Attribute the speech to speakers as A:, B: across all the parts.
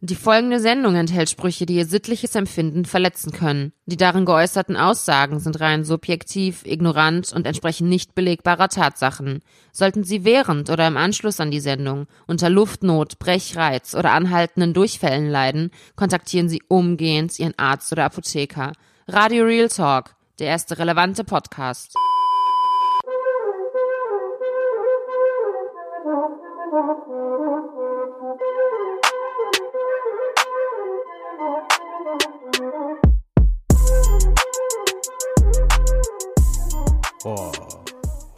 A: Die folgende Sendung enthält Sprüche, die ihr sittliches Empfinden verletzen können. Die darin geäußerten Aussagen sind rein subjektiv, ignorant und entsprechen nicht belegbarer Tatsachen. Sollten sie während oder im Anschluss an die Sendung unter Luftnot, Brechreiz oder anhaltenden Durchfällen leiden, kontaktieren sie umgehend ihren Arzt oder Apotheker. Radio Real Talk, der erste relevante Podcast.
B: Boah.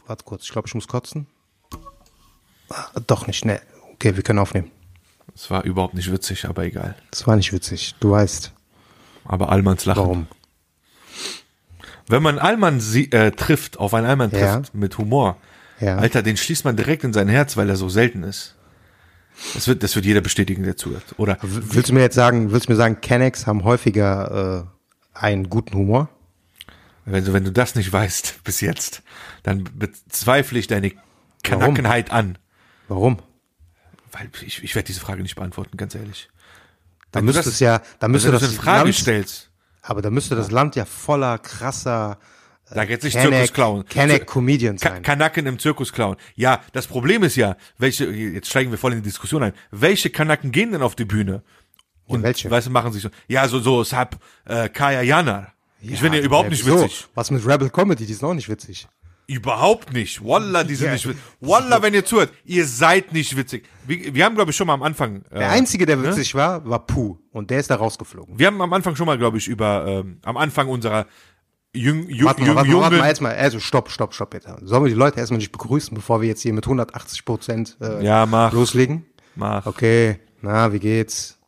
B: Warte kurz, ich glaube, ich muss kotzen. Ah, Doch nicht, ne. Okay, wir können aufnehmen.
C: Es war überhaupt nicht witzig, aber egal.
B: Das war nicht witzig. Du weißt,
C: Aber Allmanns Lachen.
B: warum.
C: Wenn man Allmann sie äh, trifft, auf einen Allmann trifft
B: Ja.
C: mit Humor,
B: Ja.
C: Alter, den schließt man direkt in sein Herz, weil er so selten ist. Das wird, das wird jeder bestätigen, der zuhört. Oder
B: W- Willst du mir jetzt sagen, willst du mir sagen, Kennex haben häufiger äh, einen guten Humor?
C: wenn du, wenn du das nicht weißt bis jetzt, dann bezweifle ich deine Kanackenheit an.
B: Warum?
C: Weil ich, ich werde diese Frage nicht beantworten, ganz ehrlich.
B: Da
C: Wenn
B: müsste
C: du das-
B: es ja, da
C: Wenn
B: müsste
C: du
B: das
C: so eine Frage
B: Land,
C: stellst,
B: aber da müsste das Land ja voller krasser
C: sag jetzt nicht Zirkus
B: Kenneck,
C: klauen.
B: Kenneck Comedians
C: Ka
B: sein.
C: Kanaken im Zirkus klauen. Ja, das Problem ist ja, welche, jetzt steigen wir voll in die Diskussion ein, welche Kanaken gehen denn auf die Bühne? Und
B: welche?
C: Weißt du, machen sich so, ja, so, so, Sab, äh, Kaya Janar. ich finde ja
B: Ja,
C: überhaupt nicht
B: Ah, wieso?
C: witzig.
B: Was mit Rebel Comedy, die sind auch nicht witzig.
C: Überhaupt nicht. Wallah, die sind
B: Ja.
C: nicht witzig. Wallah, wenn ihr zuhört, ihr seid nicht witzig. Wir, wir haben, glaube ich, schon mal am Anfang. Äh,
B: Der einzige, der witzig war, war Puh und der ist da rausgeflogen.
C: Wir haben am Anfang schon mal, glaube ich, über, ähm, am Anfang unserer jüng, jüng,
B: Warte mal,
C: jungen,
B: warte mal, warte mal, jetzt mal, also stopp, stopp, stopp, bitte. Sollen wir die Leute erstmal nicht begrüßen, bevor wir jetzt hier mit 180 Prozent äh,
C: Ja, mach.
B: loslegen?
C: mach.
B: Okay, na, wie geht's?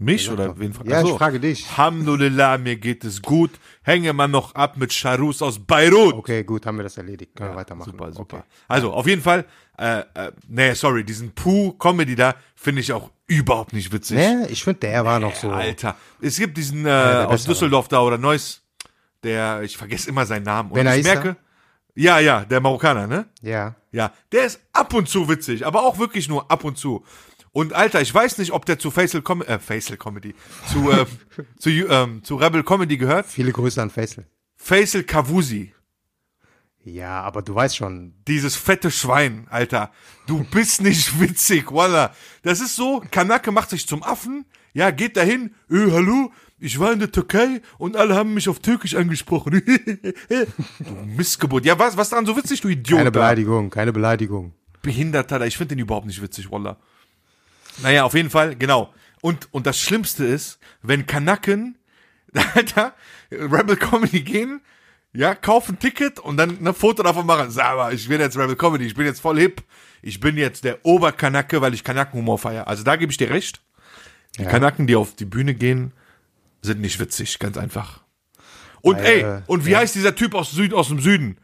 C: Mich oder wen fragst
B: Ja, ich frage dich.
C: Alhamdulillah, mir geht es gut. Hänge mal noch ab mit Charus aus Beirut.
B: Okay, gut, haben wir das erledigt. Können wir weitermachen.
C: Super, super.
B: Okay.
C: Also, auf jeden Fall, äh, äh, nee, sorry, diesen Puh-Comedy da finde ich auch überhaupt nicht witzig.
B: Ne, ich finde, der war noch so.
C: Alter, es gibt diesen äh,
B: der
C: aus
B: Bessere.
C: Düsseldorf da oder Neuss, der, ich vergesse immer seinen Namen. Und
B: Ben
C: ich
B: Aissa?
C: merke, ja, ja, der Marokkaner, ne?
B: Ja.
C: Ja, der ist ab und zu witzig, aber auch wirklich nur ab und zu. Und Alter, ich weiß nicht, ob der zu Faisal, Com äh, Faisal Comedy, zu, äh, zu, ähm, zu Rebel Comedy gehört.
B: Viele Grüße an Faisal.
C: Faisal Kavusi,
B: Ja, aber du weißt schon,
C: dieses fette Schwein, Alter. Du bist nicht witzig, Walla. Das ist so, Kanake macht sich zum Affen, ja, geht dahin, äh, hallo, ich war in der Türkei und alle haben mich auf Türkisch angesprochen. du Missgeburt. Ja, was, was daran so witzig, du Idiot?
B: keine
C: da?
B: Beleidigung, keine Beleidigung.
C: Behinderter da. Ich finde den überhaupt nicht witzig, Wallah. Naja, auf jeden Fall, genau. Und, und das Schlimmste ist, wenn Kanaken, Alter, Rebel Comedy gehen, ja, kaufen ein Ticket und dann ein Foto davon machen. Sag mal, ich bin jetzt Rebel Comedy, ich bin jetzt voll hip. Ich bin jetzt der Oberkanacke, weil ich Kanakenhumor feiere. Also da gebe ich dir recht. Die Kanaken, die auf die Bühne gehen, sind nicht witzig, ganz einfach. Und
B: Weil,
C: ey,
B: äh,
C: und wie heißt dieser Typ aus, Süd, aus dem Süden?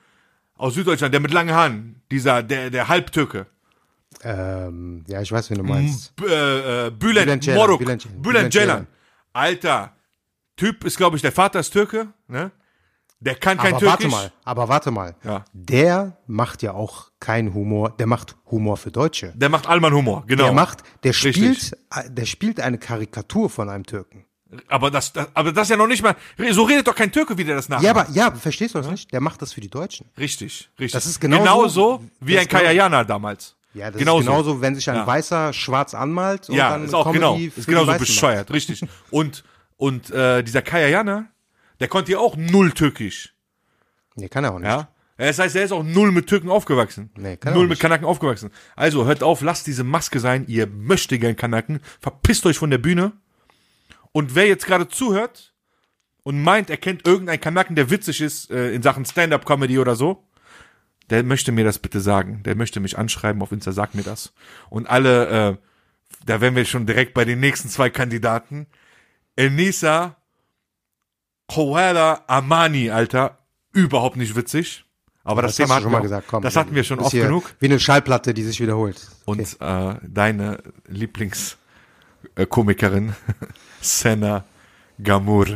C: Aus Süddeutschland, der mit langen Haaren, dieser, der, der Halbtürke.
B: Ähm, ja, ich weiß,
C: Mhm.
B: wen du meinst.
C: B äh, äh, Bülent
B: Ceylan,
C: Moruk,
B: Bülent Ceylan,
C: Bülent
B: Bülent
C: Ceylan.
B: Ceylan.
C: Alter, Typ ist, glaube ich, der Vater ist Türke, ne? Der kann kein
B: aber
C: Türkisch.
B: warte mal, aber warte mal.
C: Ja.
B: Der macht ja auch keinen Humor, der macht Humor für Deutsche.
C: Der macht Allmann Humor, genau.
B: Der macht, der
C: Richtig.
B: spielt, äh, der spielt eine Karikatur von einem Türken.
C: aber das, das, aber das ist ja noch nicht mal, so redet doch kein Türke, wie der das nachmacht.
B: Ja, aber ja, verstehst du das nicht? Der macht das für die Deutschen.
C: richtig, richtig.
B: Das ist genau
C: so,
B: so,
C: wie
B: das
C: ein
B: ist genau-
C: Kayayana damals.
B: Ja, das
C: Genauso.
B: ist genauso, wenn sich ein
C: Ja.
B: Weißer schwarz anmalt und
C: ja,
B: dann
C: ist auch
B: Comedy
C: genau,
B: für
C: ist
B: die
C: genauso
B: Weißen macht.
C: bescheuert, richtig. Und und äh, dieser Kayayana, der konnte ja auch null Türkisch.
B: Nee, kann er auch nicht.
C: Ja. Das heißt, er ist auch null mit Türken aufgewachsen.
B: Nee, kann er
C: null
B: auch
C: mit
B: nicht.
C: Kanaken aufgewachsen. Also hört auf, lasst diese Maske sein, ihr möchtet gern Kanaken, verpisst euch von der Bühne. Und wer jetzt gerade zuhört und meint, er kennt irgendeinen Kanaken, der witzig ist äh, in Sachen Stand-up-Comedy oder so, der möchte mir das bitte sagen. Der möchte mich anschreiben auf Insta, sag mir das. Und alle, äh, da wären wir schon direkt bei den nächsten zwei Kandidaten. Enisa Koala Amani, Alter, überhaupt nicht witzig. Aber das,
B: Das, hast du
C: Thema hatten
B: schon
C: wir
B: mal
C: auch-
B: gesagt, komm.
C: Das hatten wir schon
B: ist
C: oft
B: hier
C: genug.
B: Wie eine Schallplatte, die sich wiederholt.
C: Und äh, deine Lieblingskomikerin, Senna Gamur.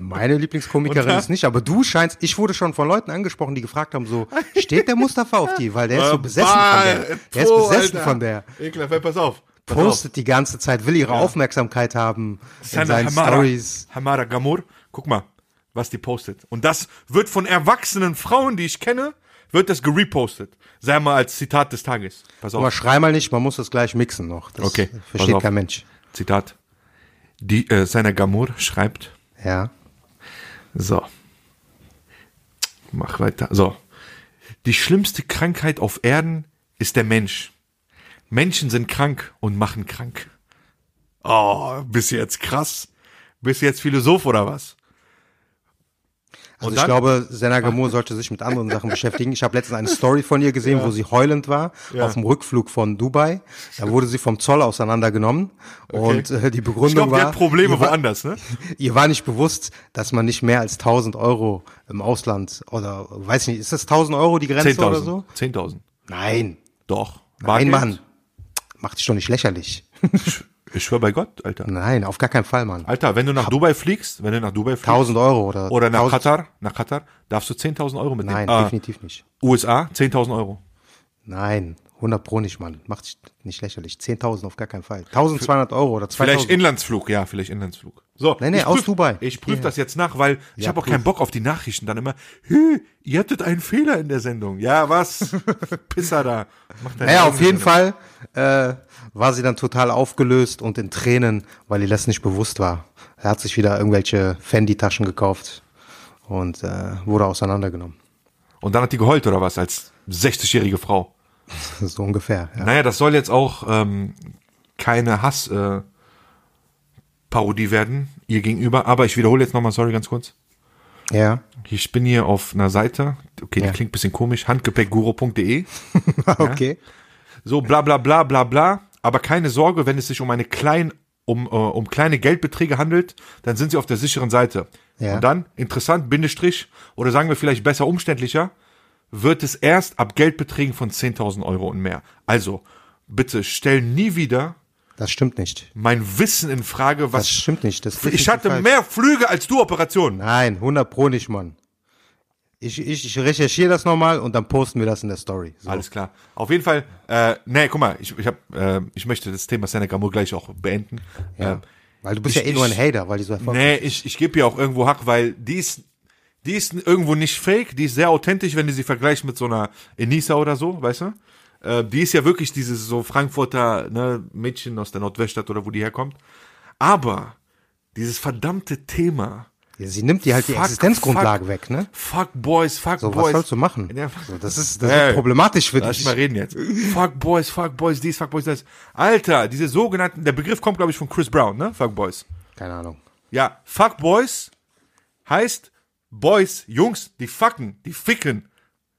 B: Meine Lieblingskomikerin ist nicht, aber du scheinst, ich wurde schon von Leuten angesprochen, die gefragt haben, so, steht der Mustafa auf die? Weil der ist so besessen von der. Der ist besessen von der.
C: Äh, Ekelhaft, pass auf.
B: postet die ganze Zeit, will ihre Aufmerksamkeit haben in seinen Stories.
C: Hamara Gamur. Guck mal, was die postet. Und das wird von erwachsenen Frauen, die ich kenne, wird das gerepostet. Sei mal als Zitat des Tages. Pass
B: Aber
C: auf.
B: schrei mal nicht, man muss das gleich mixen noch. Das
C: Okay, pass
B: versteht
C: auf.
B: kein Mensch.
C: Zitat. Die äh, seiner Gamur schreibt.
B: Ja.
C: So. Mach weiter. So. Die schlimmste Krankheit auf Erden ist der Mensch. Menschen sind krank und machen krank. Oh, bist du jetzt krass? Bist du jetzt Philosoph oder was?
B: Also
C: Und
B: ich
C: dann-
B: glaube, Senna Gamur sollte sich mit anderen Sachen beschäftigen. Ich habe letztens eine Story von ihr gesehen, wo sie heulend war, auf dem Rückflug von Dubai. Da wurde sie vom Zoll auseinandergenommen und äh, die Begründung
C: Ich glaube,
B: war,
C: der hat Probleme
B: ihr, war
C: woanders, ne?
B: ihr war nicht bewusst, dass man nicht mehr als 1000 Euro im Ausland oder weiß nicht, ist das 1000 Euro die Grenze oder
C: 10.000.
B: so?
C: 10.000.
B: Nein,
C: Doch.
B: nein,
C: Bargeld?
B: Mann, mach dich doch nicht lächerlich.
C: Ich schwör bei Gott, Alter.
B: Nein, auf gar keinen Fall, Mann.
C: Alter, wenn du nach Dubai fliegst, wenn du nach Dubai fliegst,
B: 1000 Euro oder
C: Also oder nach
B: 1000
C: Katar, nach Katar, darfst du 10.000 Euro mitnehmen.
B: Nein,
C: Ah,
B: definitiv nicht.
C: USA, 10.000 Euro.
B: Nein, 100 pro nicht, Mann. Macht dich nicht lächerlich. 10.000 auf gar keinen Fall. 1.200 Euro oder 2.000.
C: Vielleicht Inlandsflug, ja, vielleicht Inlandsflug. So,
B: Nee, nee,
C: ich
B: aus Dubai.
C: Ich prüfe
B: Ja.
C: das jetzt nach, weil ich
B: Ja,
C: hab habe auch
B: prüf.
C: keinen Bock auf die Nachrichten. Dann immer, hü, ihr hattet einen Fehler in der Sendung. Ja, was? Pisser da. Mach deine
B: naja,
C: eigene
B: auf jeden
C: Sendung.
B: Fall äh, war sie dann total aufgelöst und in Tränen, weil ihr das nicht bewusst war. Er hat sich wieder irgendwelche Fendi-Taschen gekauft und äh, wurde auseinandergenommen.
C: Und dann hat die geheult oder was, als 60-jährige Frau.
B: So ungefähr. Ja.
C: Naja, das soll jetzt auch ähm, keine Hass-Parodie äh, Parodie werden, ihr gegenüber. Aber ich wiederhole jetzt nochmal, sorry, ganz kurz.
B: ja.
C: Ich bin hier auf einer Seite, okay, die
B: Ja.
C: klingt ein bisschen komisch, handgepäckguru.de.
B: okay.
C: So bla bla bla bla bla. Aber keine Sorge, wenn es sich um eine klein, um, äh, um kleine Geldbeträge handelt, dann sind sie auf der sicheren Seite.
B: Ja.
C: Und dann, interessant, Bindestrich, oder sagen wir vielleicht besser umständlicher, wird es erst ab Geldbeträgen von 10.000 Euro und mehr. Also, bitte stell nie wieder
B: Das stimmt nicht.
C: mein Wissen in Frage,
B: Das
C: was.
B: stimmt nicht. Das ist
C: Ich
B: definitiv
C: hatte
B: falsch.
C: mehr Flüge als du Operationen.
B: Nein, 100 pro nicht, Mann. Ich, ich, ich recherchiere das nochmal und dann posten wir das in der Story. So.
C: Alles klar. Auf jeden Fall, äh, nee, guck mal, ich, ich, hab, äh, ich möchte das Thema Seneca Moore gleich auch beenden. Ähm,
B: Weil du bist
C: Ich-
B: ja eh nur ein
C: ich-
B: Hater, weil die so erfolgreich
C: Nee, ich, ich gebe ihr auch irgendwo Hack, weil die ist, die ist irgendwo nicht fake, die ist sehr authentisch, wenn du sie vergleichst mit so einer Enisa oder so, weißt du? Äh, die ist ja wirklich dieses so Frankfurter ne, Mädchen aus der Nordweststadt oder wo die herkommt. Aber dieses verdammte Thema,
B: Ja, sie nimmt dir halt die
C: Fuck,
B: Existenzgrundlage
C: fuck.
B: weg, ne?
C: fuck Boys, fuck
B: So, was
C: Boys.
B: sollst du machen?
C: Ja.
B: So, das ist, das
C: Ey,
B: ist problematisch für
C: Lass
B: dich.
C: ich mal reden jetzt. Fuck Boys, fuck Boys, dies, fuck Boys, das. Alter, diese sogenannten, der Begriff kommt, glaube ich, von Chris Brown, ne? Fuck Boys.
B: Keine Ahnung.
C: Ja, fuck Boys heißt Boys, Jungs, die fucken, die ficken.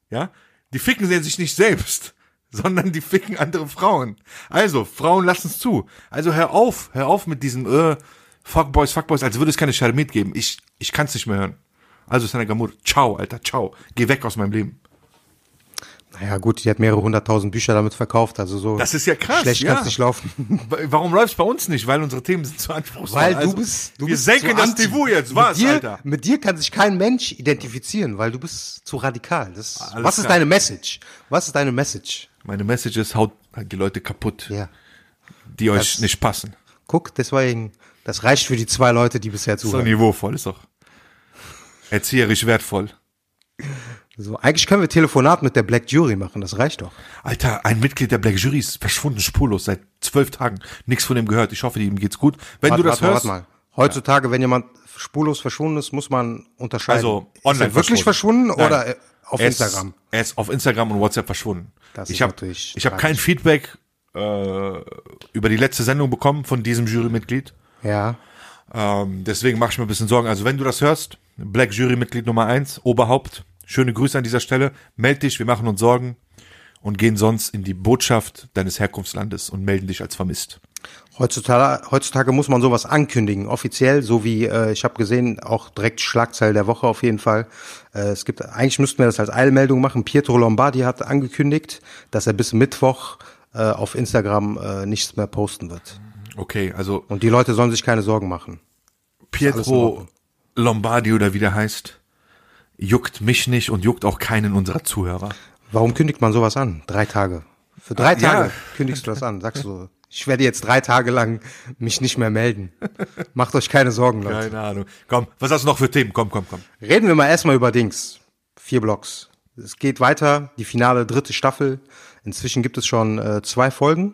C: Ja, die ficken sehen sich nicht selbst, sondern die ficken andere Frauen. Also, Frauen lassen es zu. Also hör auf, hör auf mit diesen äh, fuck Boys, fuck Boys, als würde es keine Charmit geben. Ich, ich kann's nicht mehr hören. Also, Senegamur, ciao, Alter, ciao. Geh weg aus meinem Leben.
B: Naja, gut, die hat mehrere hunderttausend Bücher damit verkauft, also so.
C: Das ist ja krass,
B: Schlecht
C: ja.
B: kann's nicht laufen.
C: Wa- Warum läuft's bei uns nicht? Weil unsere Themen sind zu anspruchsvoll.
B: Weil
C: Also,
B: du bist, du
C: wir
B: bist
C: senken
B: zu
C: das
B: anti.
C: Niveau jetzt,
B: Mit
C: was,
B: dir,
C: Alter?
B: Mit dir kann sich kein Mensch identifizieren, weil du bist zu radikal. Das,
C: Alles
B: was ist
C: klar.
B: deine Message? Was ist deine Message?
C: Meine Message ist, haut die Leute kaputt,
B: Ja.
C: die euch
B: Das-
C: nicht passen.
B: Guck, deswegen, das reicht für die zwei Leute, die bisher
C: Ist doch
B: zuhören.
C: niveauvoll, ist doch erzieherisch wertvoll.
B: So, eigentlich können wir Telefonat mit der Black Jury machen, das reicht doch.
C: Alter, ein Mitglied der Black Jury ist verschwunden spurlos seit zwölf Tagen. Nix von dem gehört. Ich hoffe, ihm geht's gut. Wenn
B: Warte,
C: du das
B: warte,
C: hörst,
B: warte mal. Heutzutage, wenn jemand spurlos verschwunden ist, muss man unterscheiden.
C: also
B: ist
C: online
B: er wirklich verschwunden,
C: Nein.
B: oder äh, auf
C: er
B: Instagram?
C: Ist, er ist auf Instagram und WhatsApp verschwunden.
B: Das
C: ich
B: ist
C: habe
B: natürlich
C: ich habe
B: tragisch.
C: kein Feedback äh, über die letzte Sendung bekommen von diesem Jurymitglied.
B: Ja.
C: Ähm, deswegen mache ich mir ein bisschen Sorgen. Also wenn du das hörst, Black Jury-Mitglied Nummer eins, Oberhaupt, schöne Grüße an dieser Stelle. Meld dich, wir machen uns Sorgen und gehen sonst in die Botschaft deines Herkunftslandes und melden dich als vermisst.
B: Heutzutage, heutzutage muss man sowas ankündigen, offiziell, so wie äh, ich habe gesehen, auch direkt Schlagzeile der Woche auf jeden Fall. Äh, es gibt, eigentlich müssten wir das als Eilmeldung machen. Pietro Lombardi hat angekündigt, dass er bis Mittwoch äh, auf Instagram äh, nichts mehr posten wird.
C: Okay, also
B: Und die Leute sollen sich keine Sorgen machen. alles in
C: Pietro
B: Ordnung.
C: Lombardi oder wie der heißt, juckt mich nicht und juckt auch keinen unserer Zuhörer.
B: Warum kündigt man sowas an? Drei Tage. Für drei
C: Ja.
B: Tage kündigst du das an, sagst du. Ich werde jetzt drei Tage lang mich nicht mehr melden. Macht euch keine Sorgen, Leute.
C: Keine Ahnung. Komm, was hast du noch für Themen? Komm, komm, komm.
B: Reden wir mal erstmal über Dings. Vier Blocks. Es geht weiter, die finale dritte Staffel. Inzwischen gibt es schon äh, zwei Folgen.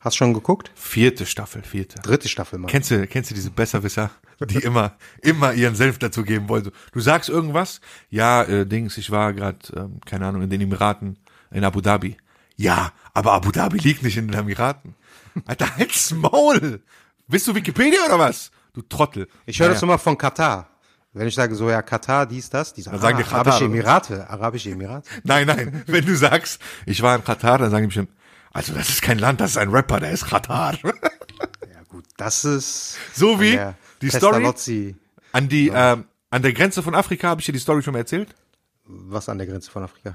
B: Hast schon geguckt?
C: Vierte Staffel, vierte.
B: Dritte Staffel, Mann.
C: Kennst du, kennst du diese Besserwisser, die immer, immer ihren Senf dazu geben wollen? So, Du sagst irgendwas, ja, äh, Dings, ich war gerade, ähm, keine Ahnung, in den Emiraten, in Abu Dhabi. Ja, aber Abu Dhabi liegt nicht in den Emiraten. Alter, halt's Maul! Bist du Wikipedia oder was? Du Trottel.
B: Ich höre
C: Naja.
B: das immer von Katar. Wenn ich sage, so ja, Katar, dies, das, die sagen,
C: sagen die
B: ah,
C: Katar,
B: Arabische
C: oder?
B: Emirate, Arabische Emirate.
C: Nein, nein, wenn du sagst, ich war in Katar, dann sagen die bestimmt, also das ist kein Land, das ist ein Rapper, der ist Katar.
B: Ja gut, das ist
C: So wie
B: an der
C: die
B: Pestalozzi,
C: An die, ähm, an der Grenze von Afrika habe ich dir die Story schon mal erzählt.
B: was an der Grenze von Afrika.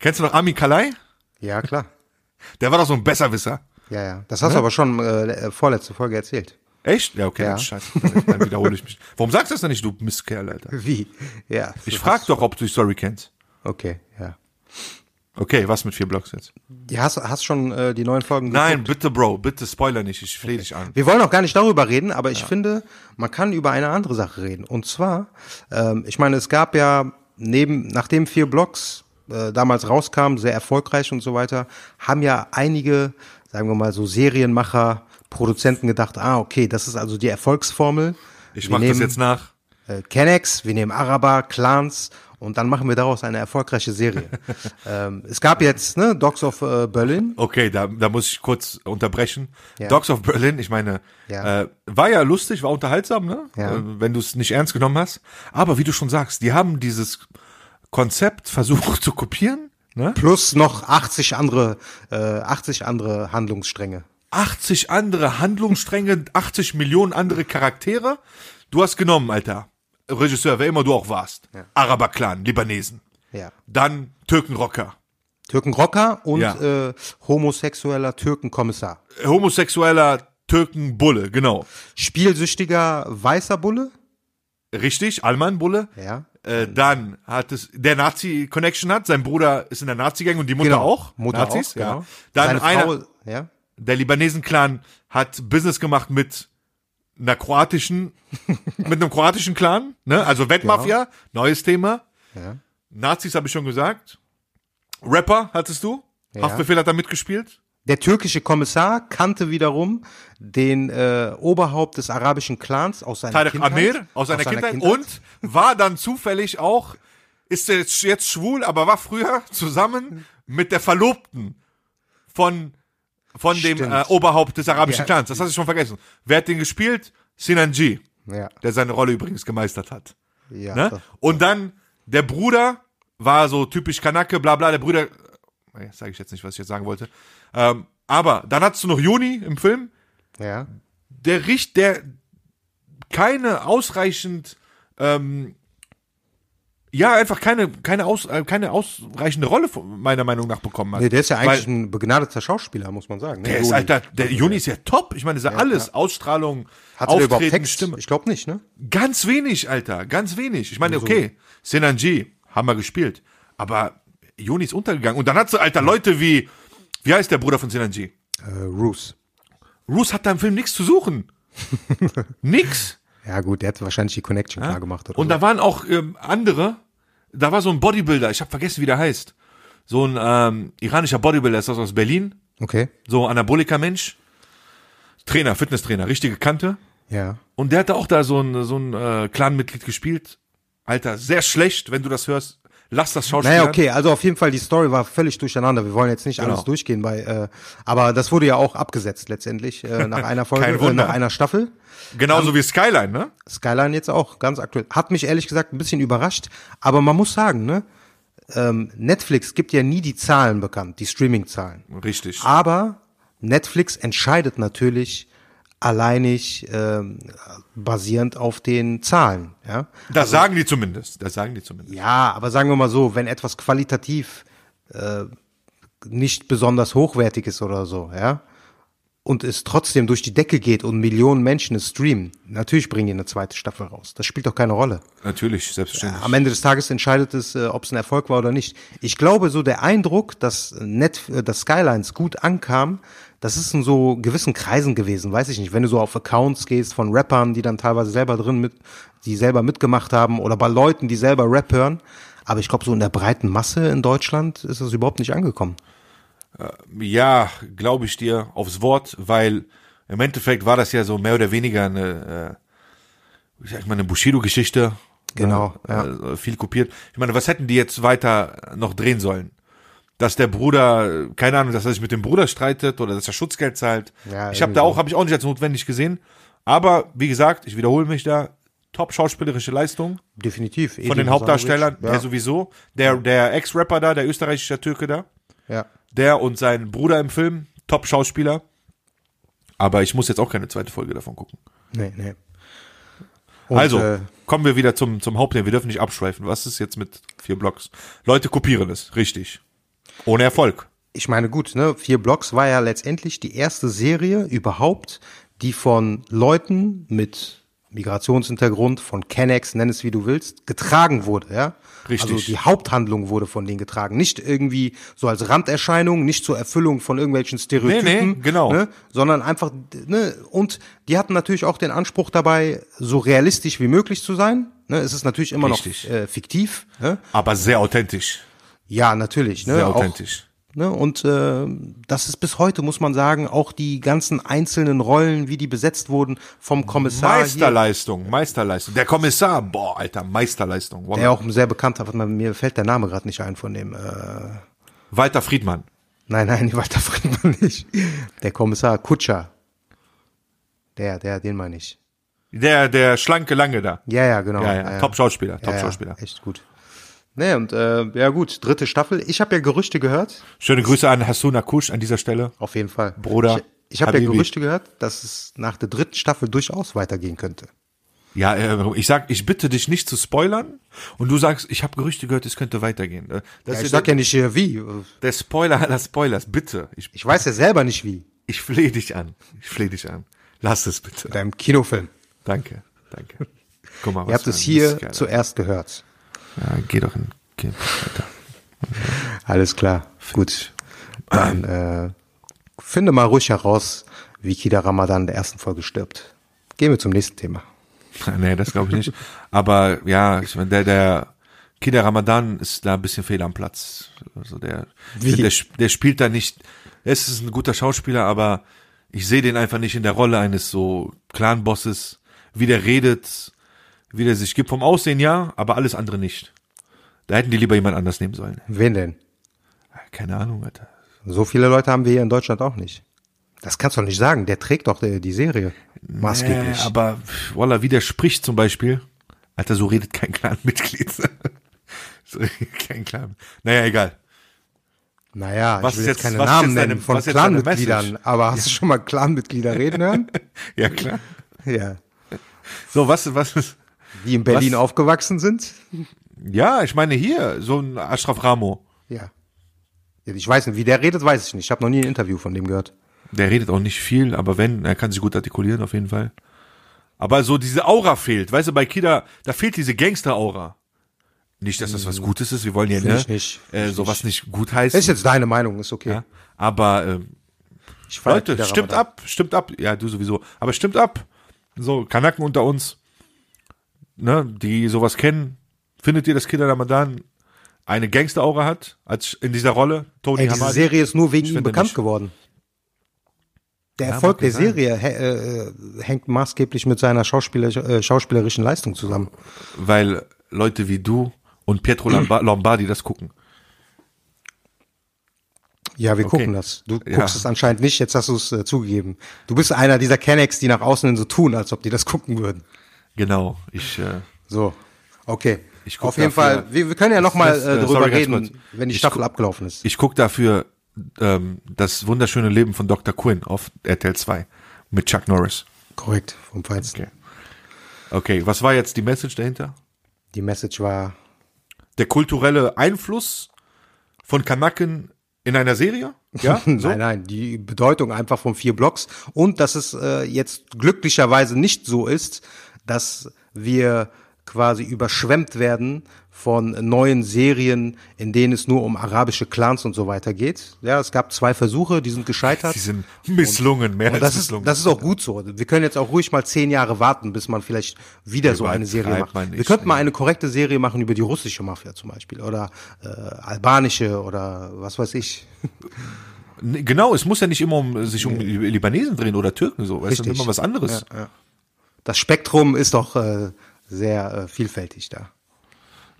C: Kennst du noch Ami Kalai?
B: Ja, klar.
C: Der war doch so ein Besserwisser.
B: Ja, ja. Das hast
C: Ne?
B: du aber schon äh, vorletzte Folge erzählt.
C: Echt? Ja, okay,
B: Ja.
C: scheiße. Dann, dann wiederhole ich mich. Warum sagst du das denn nicht, du Mistkerl, Alter?
B: Wie? Ja.
C: Ich frag doch, ob du die Story kennst.
B: Okay, ja.
C: Okay, was mit vier Blocks jetzt?
B: Ja, hast hast schon äh, die neuen Folgen
C: Nein, bitte, Bro, bitte spoiler nicht, ich flehe dich an.
B: Wir wollen auch gar nicht darüber reden, aber ich finde, man kann über eine andere Sache reden. Und zwar, ähm, ich meine, es gab ja neben, nachdem vier Blogs äh, damals rauskamen, sehr erfolgreich und so weiter, haben ja einige, sagen wir mal so Serienmacher, Produzenten gedacht, ah, okay, das ist also die Erfolgsformel.
C: Ich
B: Wir
C: mach das
B: nehmen-
C: jetzt nach.
B: äh, Kennex, wir nehmen Araber, Clans und dann machen wir daraus eine erfolgreiche Serie. ähm, es gab jetzt ne, Dogs of äh, Berlin.
C: Okay, da, da muss ich kurz unterbrechen.
B: Ja.
C: Dogs of Berlin, ich meine,
B: Ja.
C: äh, war ja lustig, war unterhaltsam, ne?
B: Ja.
C: Äh, wenn du es nicht ernst genommen hast. Aber wie du schon sagst, die haben dieses Konzept versucht zu kopieren, ne?
B: Plus noch 80 andere, äh, 80 andere Handlungsstränge.
C: 80 andere Handlungsstränge, 80 Millionen andere Charaktere. Du hast genommen, Alter. Regisseur, wer immer du auch warst. Araber-Clan, Libanesen.
B: Ja.
C: Dann Türkenrocker.
B: Türkenrocker und
C: Ja.
B: äh, homosexueller Türkenkommissar.
C: äh, Homosexueller Türkenbulle, genau.
B: Spielsüchtiger weißer Bulle.
C: Richtig, Alman-Bulle.
B: Ja.
C: Äh, dann hat es der Nazi Connection hat, sein Bruder ist in der Nazi Gang und die Mutter auch,
B: Genau. Mutter
C: Nazis,
B: auch, genau.
C: ja. Dann
B: Seine
C: einer
B: Frau, ja.
C: der Libanesen Clan hat Business gemacht mit einer kroatischen mit einem kroatischen Clan, ne? Also Wettmafia,
B: Genau.
C: neues Thema.
B: Ja.
C: Nazis habe ich schon gesagt. Rapper hattest du? Haftbefehl hat da mitgespielt.
B: Der türkische Kommissar kannte wiederum den äh, Oberhaupt des arabischen Clans aus seiner
C: Tarek
B: Kindheit.
C: Amir aus seiner Kindheit, und war dann zufällig auch, ist jetzt, jetzt schwul, aber war früher zusammen mit der Verlobten von, von dem
B: Stimmt.
C: äh, Oberhaupt des arabischen
B: Ja.
C: Clans. Das hast du schon vergessen. Wer hat den gespielt? Sinan G,
B: Ja,
C: der seine Rolle übrigens gemeistert hat.
B: ja.
C: Ne?
B: das-
C: Und dann der Bruder war so typisch Kanake, bla bla, der Bruder, äh, sage ich jetzt nicht, was ich jetzt sagen wollte. Ähm, aber dann hattest du noch Juni im Film,
B: Ja.
C: der Richt, der keine ausreichend, ähm, ja, einfach keine, keine, aus, äh, keine ausreichende Rolle von- meiner Meinung nach bekommen hat.
B: Nee, der ist ja eigentlich
C: Weil
B: ein begnadeter Schauspieler, muss man sagen. ne?
C: der ist,
B: Juni.
C: Alter, der Juni ist ja top. Ich meine, ist ja alles. Ausstrahlung,
B: Hatte der überhaupt
C: Auftreten,
B: Text?
C: Stimme.
B: Ich glaube nicht, ne?
C: Ganz wenig, Alter, ganz wenig. Ich meine, okay, Senanji haben wir gespielt, aber Juni ist untergegangen. Und dann hat so, Alter, Leute wie, wie heißt der Bruder von Senanji?
B: Äh, Roos.
C: Roos hat da im Film nichts zu suchen. nix.
B: Ja gut, der hat wahrscheinlich die Connection klar gemacht. Oder
C: Und da waren auch ähm, andere, da war so ein Bodybuilder, ich habe vergessen, wie der heißt. So ein ähm, iranischer Bodybuilder ist das aus Berlin,
B: so. Okay,
C: so Anabolika-Mensch. Trainer, Fitnesstrainer, richtige Kante.
B: ja.
C: Und der hatte auch da so ein, so ein äh, Clan-Mitglied gespielt. Alter, sehr schlecht, wenn du das hörst. Lass das Schauspiel.
B: Naja, okay, also auf jeden Fall, die Story war völlig durcheinander. Wir wollen jetzt nicht
C: Genau.
B: alles durchgehen, weil, äh, aber das wurde ja auch abgesetzt letztendlich äh, nach einer Folge,
C: Kein
B: äh,
C: Wunder.
B: nach einer Staffel.
C: Genauso wie Skyline, ne?
B: Skyline jetzt auch, ganz aktuell. Hat mich ehrlich gesagt ein bisschen überrascht, aber man muss sagen, ne? Ähm, Netflix gibt ja nie die Zahlen bekannt, die Streaming-Zahlen.
C: Richtig.
B: Ah, Aber Netflix entscheidet natürlich alleinig ähm, basierend auf den Zahlen. Ja?
C: Das sagen die zumindest. Das sagen die zumindest.
B: ja, aber sagen wir mal so, wenn etwas qualitativ äh, nicht besonders hochwertig ist oder so, ja, und es trotzdem durch die Decke geht und Millionen Menschen es streamen, natürlich bringen die eine zweite Staffel raus. Das spielt doch keine Rolle.
C: Natürlich, selbstverständlich.
B: Am Ende des Tages entscheidet es, äh, ob es ein Erfolg war oder nicht. Ich glaube, so der Eindruck, dass, Net, äh, dass Skylines gut ankam, das ist in so gewissen Kreisen gewesen, weiß ich nicht. Wenn du so auf Accounts gehst von Rappern, die dann teilweise selber drin mit, die selber mitgemacht haben oder bei Leuten, die selber Rap hören. Aber ich glaube, so in der breiten Masse in Deutschland ist das überhaupt nicht angekommen.
C: Ja, glaube ich dir aufs Wort, weil im Endeffekt war das ja so mehr oder weniger eine, äh, ich sag mal, eine Bushido-Geschichte.
B: Genau,
C: Äh, äh, Viel kopiert. Ich meine, was hätten die jetzt weiter noch drehen sollen? Dass der Bruder, äh, keine Ahnung, dass er sich mit dem Bruder streitet oder dass er Schutzgeld zahlt.
B: Ja,
C: ich habe
B: irgendwie
C: da auch,
B: so.
C: habe ich auch nicht als notwendig gesehen. Aber wie gesagt, ich wiederhole mich da, top schauspielerische Leistung
B: Definitiv.
C: von den Hauptdarstellern, der sowieso, der, der Ex-Rapper da, der österreichische Türke da
B: Ja.
C: der und sein Bruder im Film, Top-Schauspieler. Aber ich muss jetzt auch keine zweite Folge davon gucken.
B: Nee, nee.
C: also,
B: äh,
C: kommen wir wieder zum, zum Hauptthema. Wir dürfen nicht abschweifen. Was ist jetzt mit vier Blocks? Leute kopieren es, richtig. Ohne Erfolg.
B: ich meine, gut, ne, vier Blocks war ja letztendlich die erste Serie überhaupt, die von Leuten mit Migrationshintergrund, von Kennex, nenn es wie du willst, getragen wurde, ja.
C: Richtig.
B: Also die Haupthandlung wurde von denen getragen. Nicht irgendwie so als Randerscheinung, nicht zur Erfüllung von irgendwelchen Stereotypen.
C: Nee, nee, genau.
B: Ne, sondern einfach, ne, und die hatten natürlich auch den Anspruch dabei, so realistisch wie möglich zu sein. Ne, es ist natürlich immer
C: Richtig.
B: noch äh, fiktiv. Ne?
C: Aber sehr authentisch.
B: Ja, natürlich. Ne?
C: Sehr
B: Auch-
C: authentisch.
B: Ne? Und äh, das ist bis heute, muss man sagen, auch die ganzen einzelnen Rollen, wie die besetzt wurden vom Kommissar, hier,
C: Meisterleistung, Meisterleistung. Der Kommissar, boah, Alter, Meisterleistung. Wow.
B: der auch sehr bekannt hat, man- mir fällt der Name gerade nicht ein von dem. Äh,
C: Walter Friedmann.
B: nein, nein, Walter Friedmann nicht. Der Kommissar Kutscher. Der, der, den meine ich.
C: Der, der schlanke Lange da.
B: Ja, ja, genau.
C: Ja, ja, Top-Schauspieler, Top-Schauspieler.
B: Ja, echt gut. Ne, und äh, ja gut, dritte Staffel. Ich habe ja Gerüchte gehört.
C: Schöne Grüße an Hasuna Kusch an dieser Stelle.
B: Auf jeden Fall.
C: Bruder,
B: Ich, ich habe ja
C: Habibi.
B: Gerüchte gehört, dass es nach der dritten Staffel durchaus weitergehen könnte.
C: Ja, äh, ich sag, ich bitte dich nicht zu spoilern und du sagst, ich habe Gerüchte gehört, es könnte weitergehen. Äh,
B: Ja,
C: Das ist
B: ich sag
C: der,
B: ja nicht hier wie.
C: der Spoiler aller Spoilers, bitte. Ich,
B: Ich weiß ja selber nicht wie.
C: ich flehe dich an. Ich flehe dich an. Lass es bitte.
B: Mit einem Kinofilm.
C: Danke, danke. Guck mal, was
B: Ihr habt
C: für
B: es
C: ein
B: hier
C: Mistkerl.
B: zuerst gehört.
C: Ja, geh doch in. Geh weiter.
B: Alles klar. Gut. Dann äh, finde mal ruhig heraus, wie Kida Ramadan in der ersten Folge stirbt. Gehen wir zum nächsten Thema.
C: nee, das glaube ich nicht. Aber ja, ich mein, der, der Kinder Ramadan ist da ein bisschen fehl am Platz. Also der,
B: Wie?
C: der, sp- der spielt da nicht. Es ist ein guter Schauspieler, aber ich sehe den einfach nicht in der Rolle eines so Clan-Bosses, wie der redet, wie der sich gibt. Vom Aussehen ja, aber alles andere nicht. Da hätten die lieber jemand anders nehmen sollen.
B: Wen denn?
C: Keine Ahnung, Alter.
B: So viele Leute haben wir hier in Deutschland auch nicht. Das kannst du doch nicht sagen. Der trägt doch äh, die Serie. Maßgeblich.
C: Äh, aber pff, Walla, wie der spricht zum Beispiel. Alter, so redet kein Clan-Mitglied. so, redet kein Clan. Naja, egal.
B: naja,
C: was
B: ich will
C: ist
B: jetzt
C: jetzt-
B: keine
C: was ist
B: Namen
C: jetzt deine-
B: nennen von
C: was ist jetzt deine
B: Clanmitgliedern.
C: Message?
B: Aber hast du schon mal Clanmitglieder reden hören?
C: Ja, klar.
B: ja.
C: So, was, was ist.
B: Die in Berlin
C: Was?
B: aufgewachsen sind?
C: Ja, ich meine hier, so ein Ashraf Ramo.
B: Ja. Ja, Ich weiß nicht, wie der redet, weiß ich nicht. Ich habe noch nie ein Interview von dem gehört.
C: Der redet auch nicht viel, aber wenn, er kann sich gut artikulieren, auf jeden Fall. Aber so diese Aura fehlt. Weißt du, bei Kida, da fehlt diese Gangster-Aura. Nicht, dass das was Gutes ist, wir wollen ja
B: Finde
C: ne,
B: ich Hm. nicht. Finde
C: Äh,
B: ich
C: sowas nicht gut
B: Ist
C: heißen.
B: jetzt deine Meinung, ist okay.
C: Ja? Aber ähm,
B: Ich feier
C: Leute,
B: wieder
C: stimmt
B: Ramadan.
C: ab, stimmt ab. Ja, du sowieso. Aber stimmt ab. So, Kanaken unter uns, ne, die sowas kennen. Findet ihr, dass Kida Ramadan eine Gangster-Aura hat? Als in dieser Rolle? Tony
B: Ey, diese
C: Hamadi?
B: Serie ist nur wegen ihm
C: finde
B: bekannt
C: nicht.
B: geworden. Der
C: Ja,
B: Erfolg
C: mag
B: der
C: sein.
B: Serie hä- äh, äh, hängt maßgeblich mit seiner Schauspieler, äh, schauspielerischen Leistung zusammen.
C: weil Leute wie du und Pietro Lomba- Lombardi das gucken.
B: Ja, wir
C: Okay.
B: gucken das. Du
C: Ja.
B: guckst es anscheinend nicht, jetzt hast du es äh, zugegeben. Du bist einer dieser Kennex, die nach außen hin so tun, als ob die das gucken würden.
C: Genau, ich äh,
B: So, okay.
C: Ich guck
B: Auf jeden
C: dafür-
B: Fall, wir, wir können ja
C: Das-
B: nochmal äh,
C: das, äh,
B: drüber
C: sorry, ganz kurz.
B: reden, wenn die
C: Ich
B: Staffel
C: guck-
B: abgelaufen ist.
C: ich guck dafür ähm, das wunderschöne Leben von Dr. Quinn auf RTL 2 mit Chuck Norris.
B: Korrekt, vom Feinsten.
C: Okay. Okay, was war jetzt die Message dahinter?
B: Die Message war,
C: Der kulturelle Einfluss von Kanaken in einer Serie? Ja? So?
B: Nein, nein, die Bedeutung einfach von vier Blocks und dass es äh, jetzt glücklicherweise nicht so ist, dass wir quasi überschwemmt werden von neuen Serien, in denen es nur um arabische Clans und so weiter geht. Ja, es gab zwei Versuche, die sind gescheitert.
C: Die sind misslungen, mehr
B: Und das
C: als
B: ist,
C: misslungen.
B: das ist auch gut so. Wir können jetzt auch ruhig mal zehn Jahre warten, bis man vielleicht wieder so eine Serie
C: Übertreibt
B: macht.
C: man nicht,
B: Wir könnten mal
C: ey.
B: eine korrekte Serie machen über die russische Mafia zum Beispiel oder äh, albanische oder was weiß ich.
C: Nee, Genau, es muss ja nicht immer um, sich um Libanesen drehen oder Türken so, weißt du,
B: Richtig.
C: immer was anderes.
B: Das Spektrum ist doch äh, sehr äh, vielfältig da,